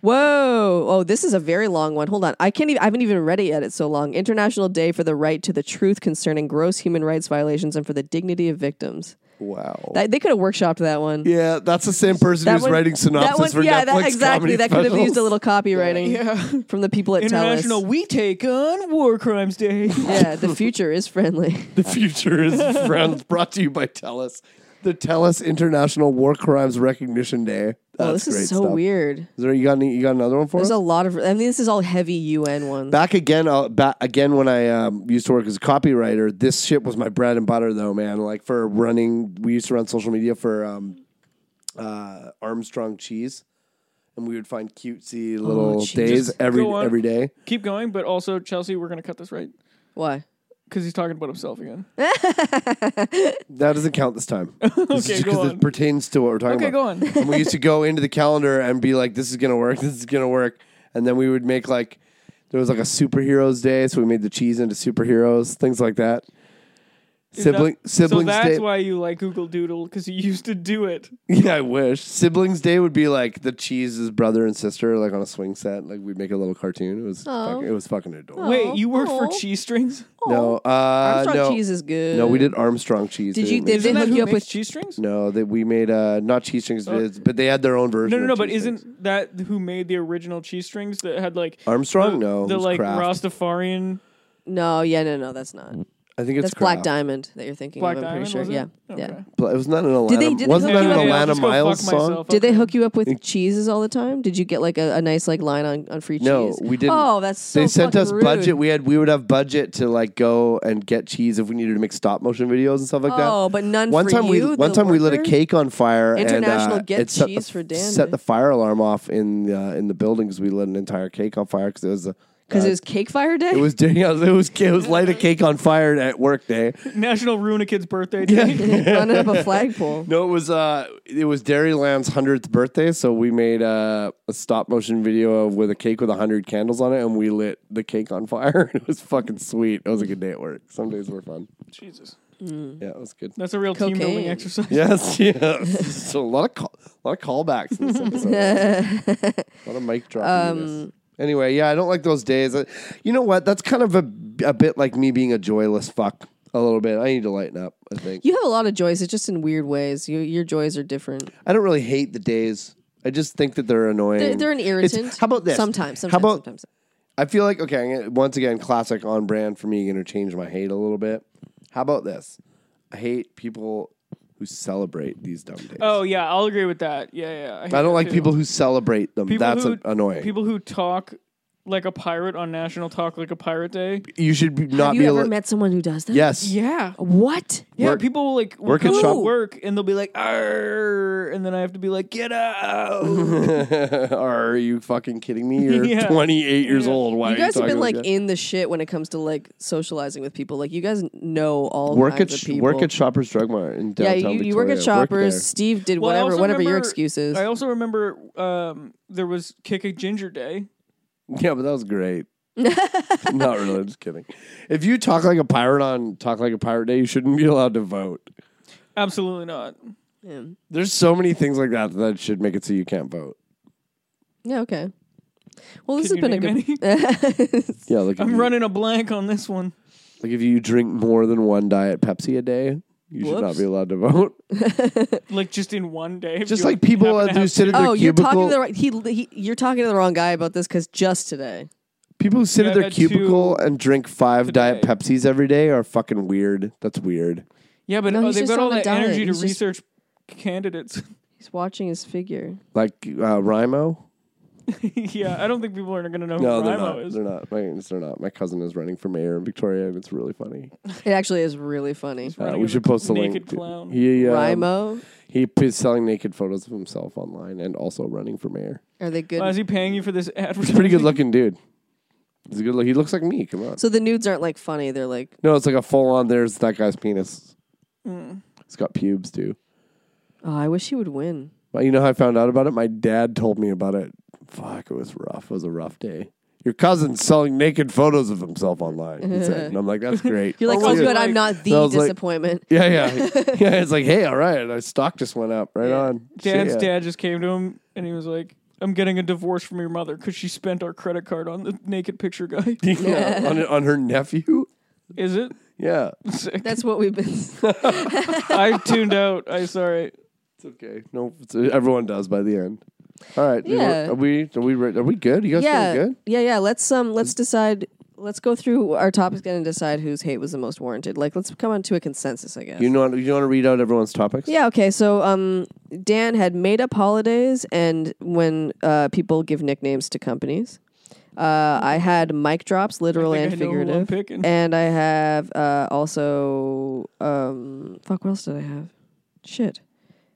S2: Whoa. Oh, this is a very long one. Hold on. I can't even I haven't even read it yet. It's so long. International Day for the Right to the Truth concerning gross human rights violations and for the dignity of victims.
S1: wow.
S2: That, they could have workshopped that one.
S1: yeah, that's the same person
S2: That
S1: who's
S2: one-
S1: writing synopsis
S2: that one,
S1: for Netflix
S2: yeah, that, exactly.
S1: comedy
S2: That could have used a
S1: specials.
S2: little copywriting from the people at
S3: International
S2: Tellus.
S3: We Take on War Crimes Day.
S2: Yeah, the future is friendly.
S1: The future is friends. Brought to you by Telus, the Telus International War Crimes Recognition Day. That's
S2: Oh, this
S1: great
S2: is so
S1: stuff.
S2: weird.
S1: Is there you got any, you got another one for us?
S2: There's a lot of. I mean, this is all heavy UN ones.
S1: back again, uh, back again when I um, used to work as a copywriter. This shit was my bread and butter, though, man. Like for running, we used to run social media for um, uh, Armstrong Cheese. and we would find cutesy little
S2: Jesus.
S1: days
S2: Just
S1: every
S3: go on.
S1: every day.
S3: Keep going, but also Chelsea, we're gonna cut this right
S2: Why?
S3: because he's talking about himself again.
S1: That doesn't count this time. This is
S3: Okay,
S1: just
S3: go
S1: 'cause
S3: on.
S1: it pertains to what we're talking
S3: Okay,
S1: about.
S3: go on.
S1: And we used to go into the calendar and be like, "This is gonna work. This is gonna work," and then we would make like there was like a superheroes day, so we made the cheese into superheroes, things like that. Sibling
S3: That-
S1: siblings
S3: So that's
S1: day.
S3: why you like Google Doodle because you used to do it.
S1: Yeah, I wish. Siblings Day would be like the cheese's brother and sister, like on a swing set. Like we'd make a little cartoon. It was
S2: Aw.
S1: fucking, it was fucking adorable.
S3: Wait, you worked for
S2: Aw.
S3: cheese strings?
S1: No, uh,
S2: Armstrong
S1: no,
S2: cheese is good.
S1: no, we did Armstrong cheese.
S2: Did
S1: They
S2: you-
S1: didn't make-
S2: Did they
S3: Isn't that
S2: hook
S3: who
S2: you up
S3: makes
S2: with-
S3: cheese strings?
S1: no, that we made uh, not cheese strings,
S3: Oh.
S1: but they had their own version.
S3: No, no,
S1: of
S3: no. But
S1: cheese strings.
S3: isn't that who made the original cheese strings that had like
S1: Armstrong?
S3: the,
S1: no, Oh, it
S3: the
S1: was
S3: like
S1: Kraft.
S3: Rastafarian
S2: No, yeah, no, no, that's not.
S1: I think Mm, it's
S2: that's Black
S1: Kraft.
S2: Diamond that you're thinking
S3: Black
S2: of. I'm
S3: Diamond?
S2: pretty sure.
S3: was it?
S2: Yeah, yeah.
S3: Okay.
S1: Bla- It was not an Alana.
S2: Did they- did they
S1: wasn't
S2: hook
S1: that
S2: you
S1: an
S2: up
S1: Alana
S2: with-
S3: I'll just go fuck
S1: Miles song?
S3: myself.
S2: Did they hook you up with cheeses all the time? Did you get like a, a nice like line on, on free
S1: No,
S2: cheese?
S1: we didn't.
S2: Oh, that's so
S1: they sent
S2: fucking
S1: us
S2: rude.
S1: budget. We had we would have budget to like go and get cheese if we needed to make stop motion videos and stuff like that.
S2: Oh, but none
S1: one
S2: for
S1: time
S2: you,
S1: we
S2: the
S1: one time we lit a
S2: worker?
S1: cake on fire and
S2: International
S1: uh,
S2: get
S1: it set
S2: cheese
S1: the,
S2: for Dan
S1: set
S2: Day.
S1: the fire alarm off in the uh, in the building because we lit an entire cake on fire because it was a
S2: Because
S1: uh,
S2: it was cake fire day?
S1: it was during- it was it was it was light a cake on fire at work day.
S3: National Ruin a Kid's Birthday Day?
S2: running up a flagpole.
S1: No, it was uh, it was Dairyland's hundredth birthday, so we made uh, a stop motion video of with a cake with hundred candles on it, and we lit the cake on fire. it was fucking sweet. It was a good day at work. Some days were fun.
S3: Jesus,
S1: Yeah, it was good.
S3: that's a real team building
S2: Cocaine.
S3: exercise.
S1: Yes, yes. so a lot of call, a lot of callbacks in this episode. a lot of mic dropping. in this. Anyway, yeah, I don't like those days. I, you know what? That's kind of a a bit like me being a joyless fuck. A little bit. I need to lighten up. I think.
S2: You have a lot of joys. It's just in weird ways. You, your joys are different.
S1: I don't really hate the days. I just think that they're annoying.
S2: They're, they're an
S1: It's-
S2: irritant.
S1: how about this?
S2: Sometimes, sometimes,
S1: How about
S2: sometimes.
S1: I feel like okay. I'm gonna, once again, classic on brand for me. Going to change my hate a little bit. How about this? I hate people who celebrate these dumb days.
S3: Oh yeah, I'll agree with that. Yeah, yeah. hate
S1: I don't
S3: that
S1: like
S3: too.
S1: people who celebrate them.
S3: People
S1: That's
S3: who-
S1: a- annoying.
S3: People who talk like a pirate on National Talk Like a Pirate Day.
S1: you should be, not be
S2: Have you ever
S1: li-
S2: met someone who does that?
S1: Yes.
S3: Yeah.
S2: What?
S3: Yeah,
S1: Work-
S3: people will like will
S1: work at
S3: come
S1: shop-
S3: to work and they'll be like, "Arr," and then I have to be like, "Get out!"
S1: Are you fucking kidding me? You're
S3: Yeah.
S1: 28 years
S3: Yeah.
S1: old. Why
S2: You
S1: are
S2: guys have
S1: talking
S2: been like
S1: that?
S2: in the shit when it comes to like socializing with people. Like you guys know all
S1: work at
S2: kinds
S1: sh-
S2: of people.
S1: work at Shoppers Drug Mart in
S2: yeah,
S1: downtown
S2: you, you work at
S1: Victoria.
S2: Shoppers.
S1: there.
S2: Steve did
S3: Well, I
S2: whatever
S3: also
S2: whatever your
S3: remember-
S2: excuse is.
S3: I also remember um, there was Kick a Ginger Day.
S1: Yeah, but that was great. Not really. I'm just kidding. If you talk like a pirate on Talk Like a Pirate Day, you shouldn't be allowed to vote.
S3: Absolutely not.
S2: yeah.
S1: There's so many things like that that should make it so you can't vote.
S2: Yeah, okay. Well, this has
S3: Can you
S2: been a
S3: name
S2: good. I
S1: Yeah, like if,
S3: I'm
S1: you,
S3: running a blank on this one.
S1: like if you drink more than one diet Pepsi a day, you should not
S2: Whoops.
S1: be allowed to vote.
S3: Like just in one day. if
S1: Just
S3: you
S1: like people uh,
S3: happen
S1: who
S3: to have
S1: sit at
S3: two.
S1: their
S2: oh, you're talking
S1: cubicle,
S2: to the right. He, he, you're talking to the wrong guy about this because just today.
S1: people who sit at
S3: Yeah, I've
S1: their
S3: had two
S1: cubicle and drink five diet
S3: today.
S1: Pepsis every day are fucking weird. That's weird.
S3: Yeah, but
S2: No,
S3: oh,
S2: he's
S3: they've
S2: just
S3: got all
S2: on a
S3: that
S2: diet.
S3: energy to
S2: He's just-
S3: research candidates.
S2: He's watching his figure.
S1: Like uh, Rimo.
S3: yeah, I don't think people are going to know
S1: No,
S3: who
S1: they're
S3: Rimo
S1: not.
S3: Oh, is.
S1: They're not. My, they're not. My cousin is running for mayor in Victoria, and it's really funny.
S2: It actually is really funny.
S1: Uh,
S3: Running
S1: we
S3: as
S1: should
S3: a
S1: post the
S3: naked
S1: link.
S3: clown.
S1: He um,
S2: Rimo,
S1: he is selling naked photos of himself online and also running for mayor.
S2: are they good?
S3: Why is he paying you for this advertising?
S1: Pretty good looking dude. He's a good look. He looks like me. Come on.
S2: so the nudes aren't like funny. They're like
S1: No, it's like a full on. There's that guy's penis.
S3: Mm.
S1: It's got pubes too.
S2: Oh, I wish he would win.
S1: But you know how I found out about it? My dad told me about it. Fuck, it was rough. It was a rough day. Your cousin's selling naked photos of himself online. He said. And I'm like, that's great.
S2: You're like,
S1: I'll
S2: oh,
S1: see it."
S2: good, I'm not
S1: I
S2: the
S1: was like-
S2: disappointment.
S1: Yeah, yeah. yeah, it's like, hey, all right. I stock just went up. Right
S2: Yeah.
S1: on. See
S3: Dad's
S1: ya.
S3: dad just came to him and he was like, I'm getting a divorce from your mother because she spent our credit card on the naked picture guy.
S1: Yeah. on, on her nephew?
S3: Is it?
S1: Yeah.
S3: Sick.
S2: That's what we've been.
S3: I tuned out. I sorry.
S1: It's okay. No, it's, everyone does by the end. All right.
S2: Yeah.
S1: Are we are we re- are we good? You guys
S2: yeah,
S1: feeling good?
S2: yeah, yeah. Let's um, let's decide. Let's go through our topics again and decide whose hate was the most warranted. Like, let's come on to a consensus, I guess.
S1: You know what- you want to read out everyone's topics?
S2: yeah. Okay. So, um, Dan had made up holidays and when uh, people give nicknames to companies. Uh, I had mic drops, literal
S3: think
S2: and
S3: I know who I'm
S2: figurative,
S3: picking.
S2: and I have uh, also um, fuck. What else did I have? Shit.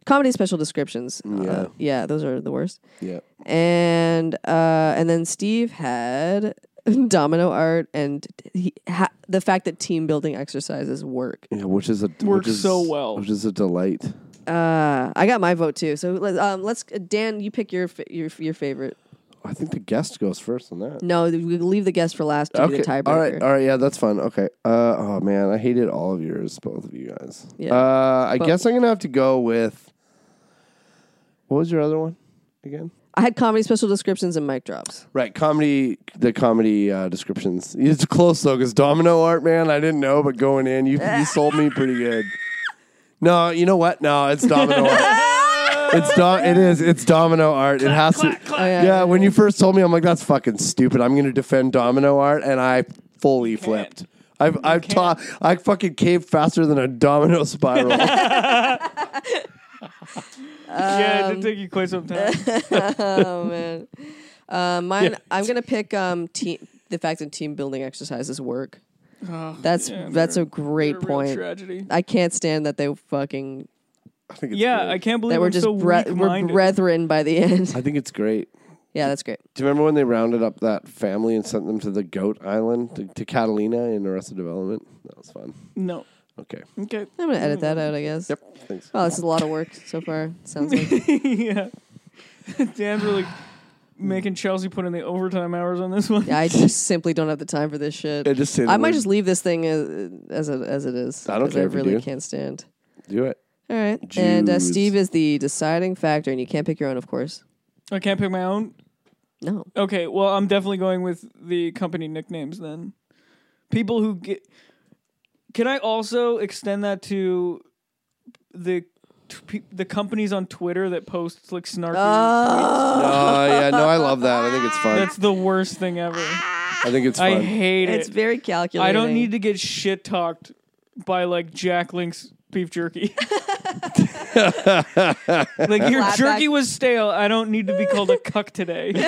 S2: comedy special descriptions. Uh,
S1: Yeah.
S2: yeah, those are the worst.
S1: Yeah.
S2: and uh, and then Steve had domino art and he ha- the fact that team building exercises work.
S1: Yeah, which is a
S3: Works
S1: which is,
S3: so well.
S1: Which is a delight.
S2: Uh, I got my vote too. So let- um, let's Dan, you pick your fa- your your favorite.
S1: I think the guest goes first on that.
S2: No, we leave the guest for last to be the tiebreaker.
S1: All right. All right. Yeah, that's fun. Okay. Uh, oh man, I hated all of yours, both of you guys.
S2: Yeah.
S1: Uh, I
S2: But-
S1: guess I'm gonna have to go with. What was your other one again?
S2: I had comedy special descriptions and mic drops.
S1: Right, comedy. The comedy uh, descriptions. It's close though, because Domino Art Man. I didn't know, but going in, you you sold me pretty good. No, you know what? No, it's Domino Art. It's dom. It is. It's Domino Art. It has to.
S2: Oh, yeah.
S1: Yeah, when you first told me, I'm like, that's fucking stupid. I'm going to defend domino art, and I fully flipped. I've I've ta- I fucking caved faster than a domino spiral.
S3: yeah,
S2: Um,
S3: it did take you quite some time.
S2: Oh man, uh, mine. I'm gonna pick um team. The fact that team building exercises work. that's that's a great
S3: Real
S2: point.
S3: Tragedy.
S2: I can't stand that they fucking
S1: I think it's
S3: Yeah,
S1: great.
S3: I can't believe
S2: that we're
S3: I'm
S2: just
S3: so
S2: bre- we're
S3: weak-minded.
S2: brethren by the end.
S1: I think it's great.
S2: Yeah, that's great.
S1: Do you remember when they rounded up that family and sent them to the Goat Island to, to Catalina in Arrested Development? That was fun.
S3: No.
S1: Okay.
S3: Okay.
S2: I'm gonna edit that out, I guess.
S1: Yep. Thanks.
S2: Wow, this is a lot of work so far. Sounds like
S3: yeah. Dan's really making Chelsea put in the overtime hours on this one.
S2: I just simply don't have the time for this shit.
S1: I just said
S2: I might
S1: we're-
S2: just leave this thing as as it, as it is.
S1: I don't
S2: 'cause
S1: care
S2: I
S1: if you
S2: really
S1: do.
S2: can't stand.
S1: Do it.
S2: All right, and uh,
S1: Jews.
S2: Steve is the deciding factor, and you can't pick your own, of course.
S3: I can't pick my own.
S2: No,
S3: Okay, well, I'm definitely going with the company nicknames then. People who get. Can I also extend that to the t- pe- the companies on Twitter that post like snarky? tweets?
S1: Oh yeah, no, I love that. I think it's fun.
S3: That's the worst thing ever.
S1: I think it's
S3: I
S1: fun.
S3: hate
S2: it's
S3: it.
S2: very calculating.
S3: I don't need to get shit talked by like Jack Link's beef jerky. like your
S2: Flatback.
S3: jerky was stale. I don't need to be called a cuck today. yeah,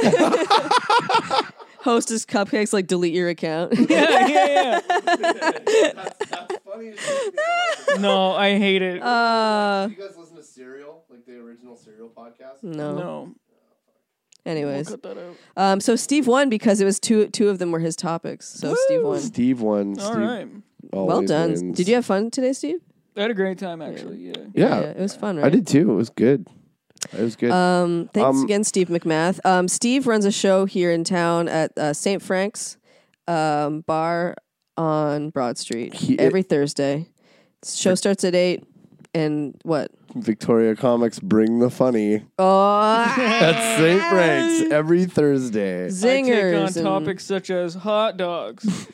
S2: hostess cupcakes. Like delete your account.
S3: yeah, yeah. No, I hate it.
S2: uh,
S1: you guys listen to Serial, like the original Serial podcast?
S2: no.
S3: no,
S2: Anyways,
S3: cut that out.
S2: um, so Steve won because it was two. Two of them were his topics. So Steve won.
S1: Steve won.
S3: All
S1: Steve
S3: right,
S2: Well
S1: always
S2: done.
S1: wins.
S2: Did you have fun today, Steve?
S3: I had a great time actually. Yeah.
S1: Yeah,
S2: it was fun, right?
S1: I did too. It was good. It was good.
S2: Um, thanks
S1: Um,
S2: again, Steve McMath. Um, Steve runs a show here in town at uh, St. Frank's um, Bar on Broad Street
S1: He-
S2: every Thursday. Show starts at eight, and what?
S1: Victoria Comics bring the funny
S2: Oh,
S1: at St. Frank's every Thursday.
S2: zingers!
S3: I take on
S2: and-
S3: topics such as hot dogs,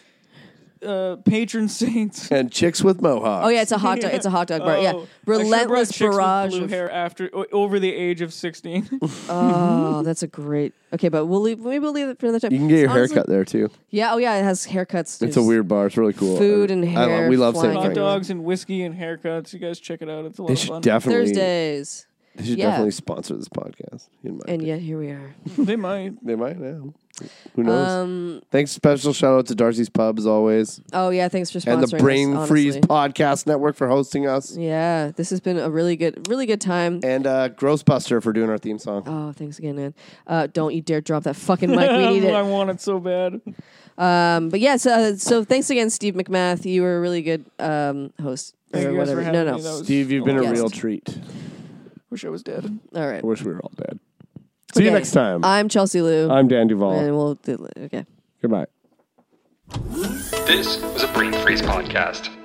S3: uh, patron saints.
S1: And chicks with mohawks.
S2: Oh yeah, it's a hot dog. It's a hot dog bar.
S3: Oh,
S2: Yeah,
S3: I sure brought
S2: relentless
S3: chicks with
S2: barrage.
S3: Blue
S2: of-
S3: hair after o- over the age of sixteen.
S2: oh, that's a great. Okay, but we'll leave. Maybe we'll leave it for another time.
S1: Mm-hmm. You can get your
S2: Honestly-
S1: haircut there too.
S2: Yeah. Oh yeah, it has haircuts.
S1: It's a
S2: There's-
S1: weird bar. It's really cool.
S2: Food and
S1: I love,
S2: hair
S1: we love St.
S2: flying Thank
S3: hot
S1: Frank's.
S2: everywhere. you.
S3: dogs and whiskey and haircuts. You guys check it out. It's a lot
S1: They
S3: of fun.
S1: should definitely.
S2: Thursdays,
S1: They should
S2: Yeah.
S1: definitely sponsor this podcast. In my
S2: and
S1: opinion.
S2: yet here we are.
S3: they might.
S1: they might. Yeah. Who knows?
S2: Um,
S1: Thanks. Special shout out to Darcy's Pub as always,
S2: Oh yeah, thanks for sponsoring
S1: and the
S2: us,
S1: Brain Freeze
S2: honestly.
S1: Podcast Network for hosting us,
S2: Yeah, this has been a really good, really good time.
S1: and uh, Grossbuster for doing our theme song.
S2: Oh, thanks again, man. Uh, don't you dare drop that fucking mic. We need
S3: I
S2: it.
S3: want it so bad.
S2: Um, but yeah, so, so thanks again, Steve McMath. You were a really good um, host
S3: Thank
S2: or
S3: you guys for
S2: whatever.
S3: having
S2: No,
S3: me. That
S2: no.
S3: was
S1: Steve, you've been a
S2: Yes.
S1: real treat.
S3: Wish I was dead.
S2: All right.
S1: I wish we were all dead. See you
S2: Okay.
S1: next time.
S2: I'm Chelsea Lou,
S1: I'm Dan Duvall.
S2: and we'll do, okay.
S1: Goodbye.
S4: This was a Brain Freeze podcast.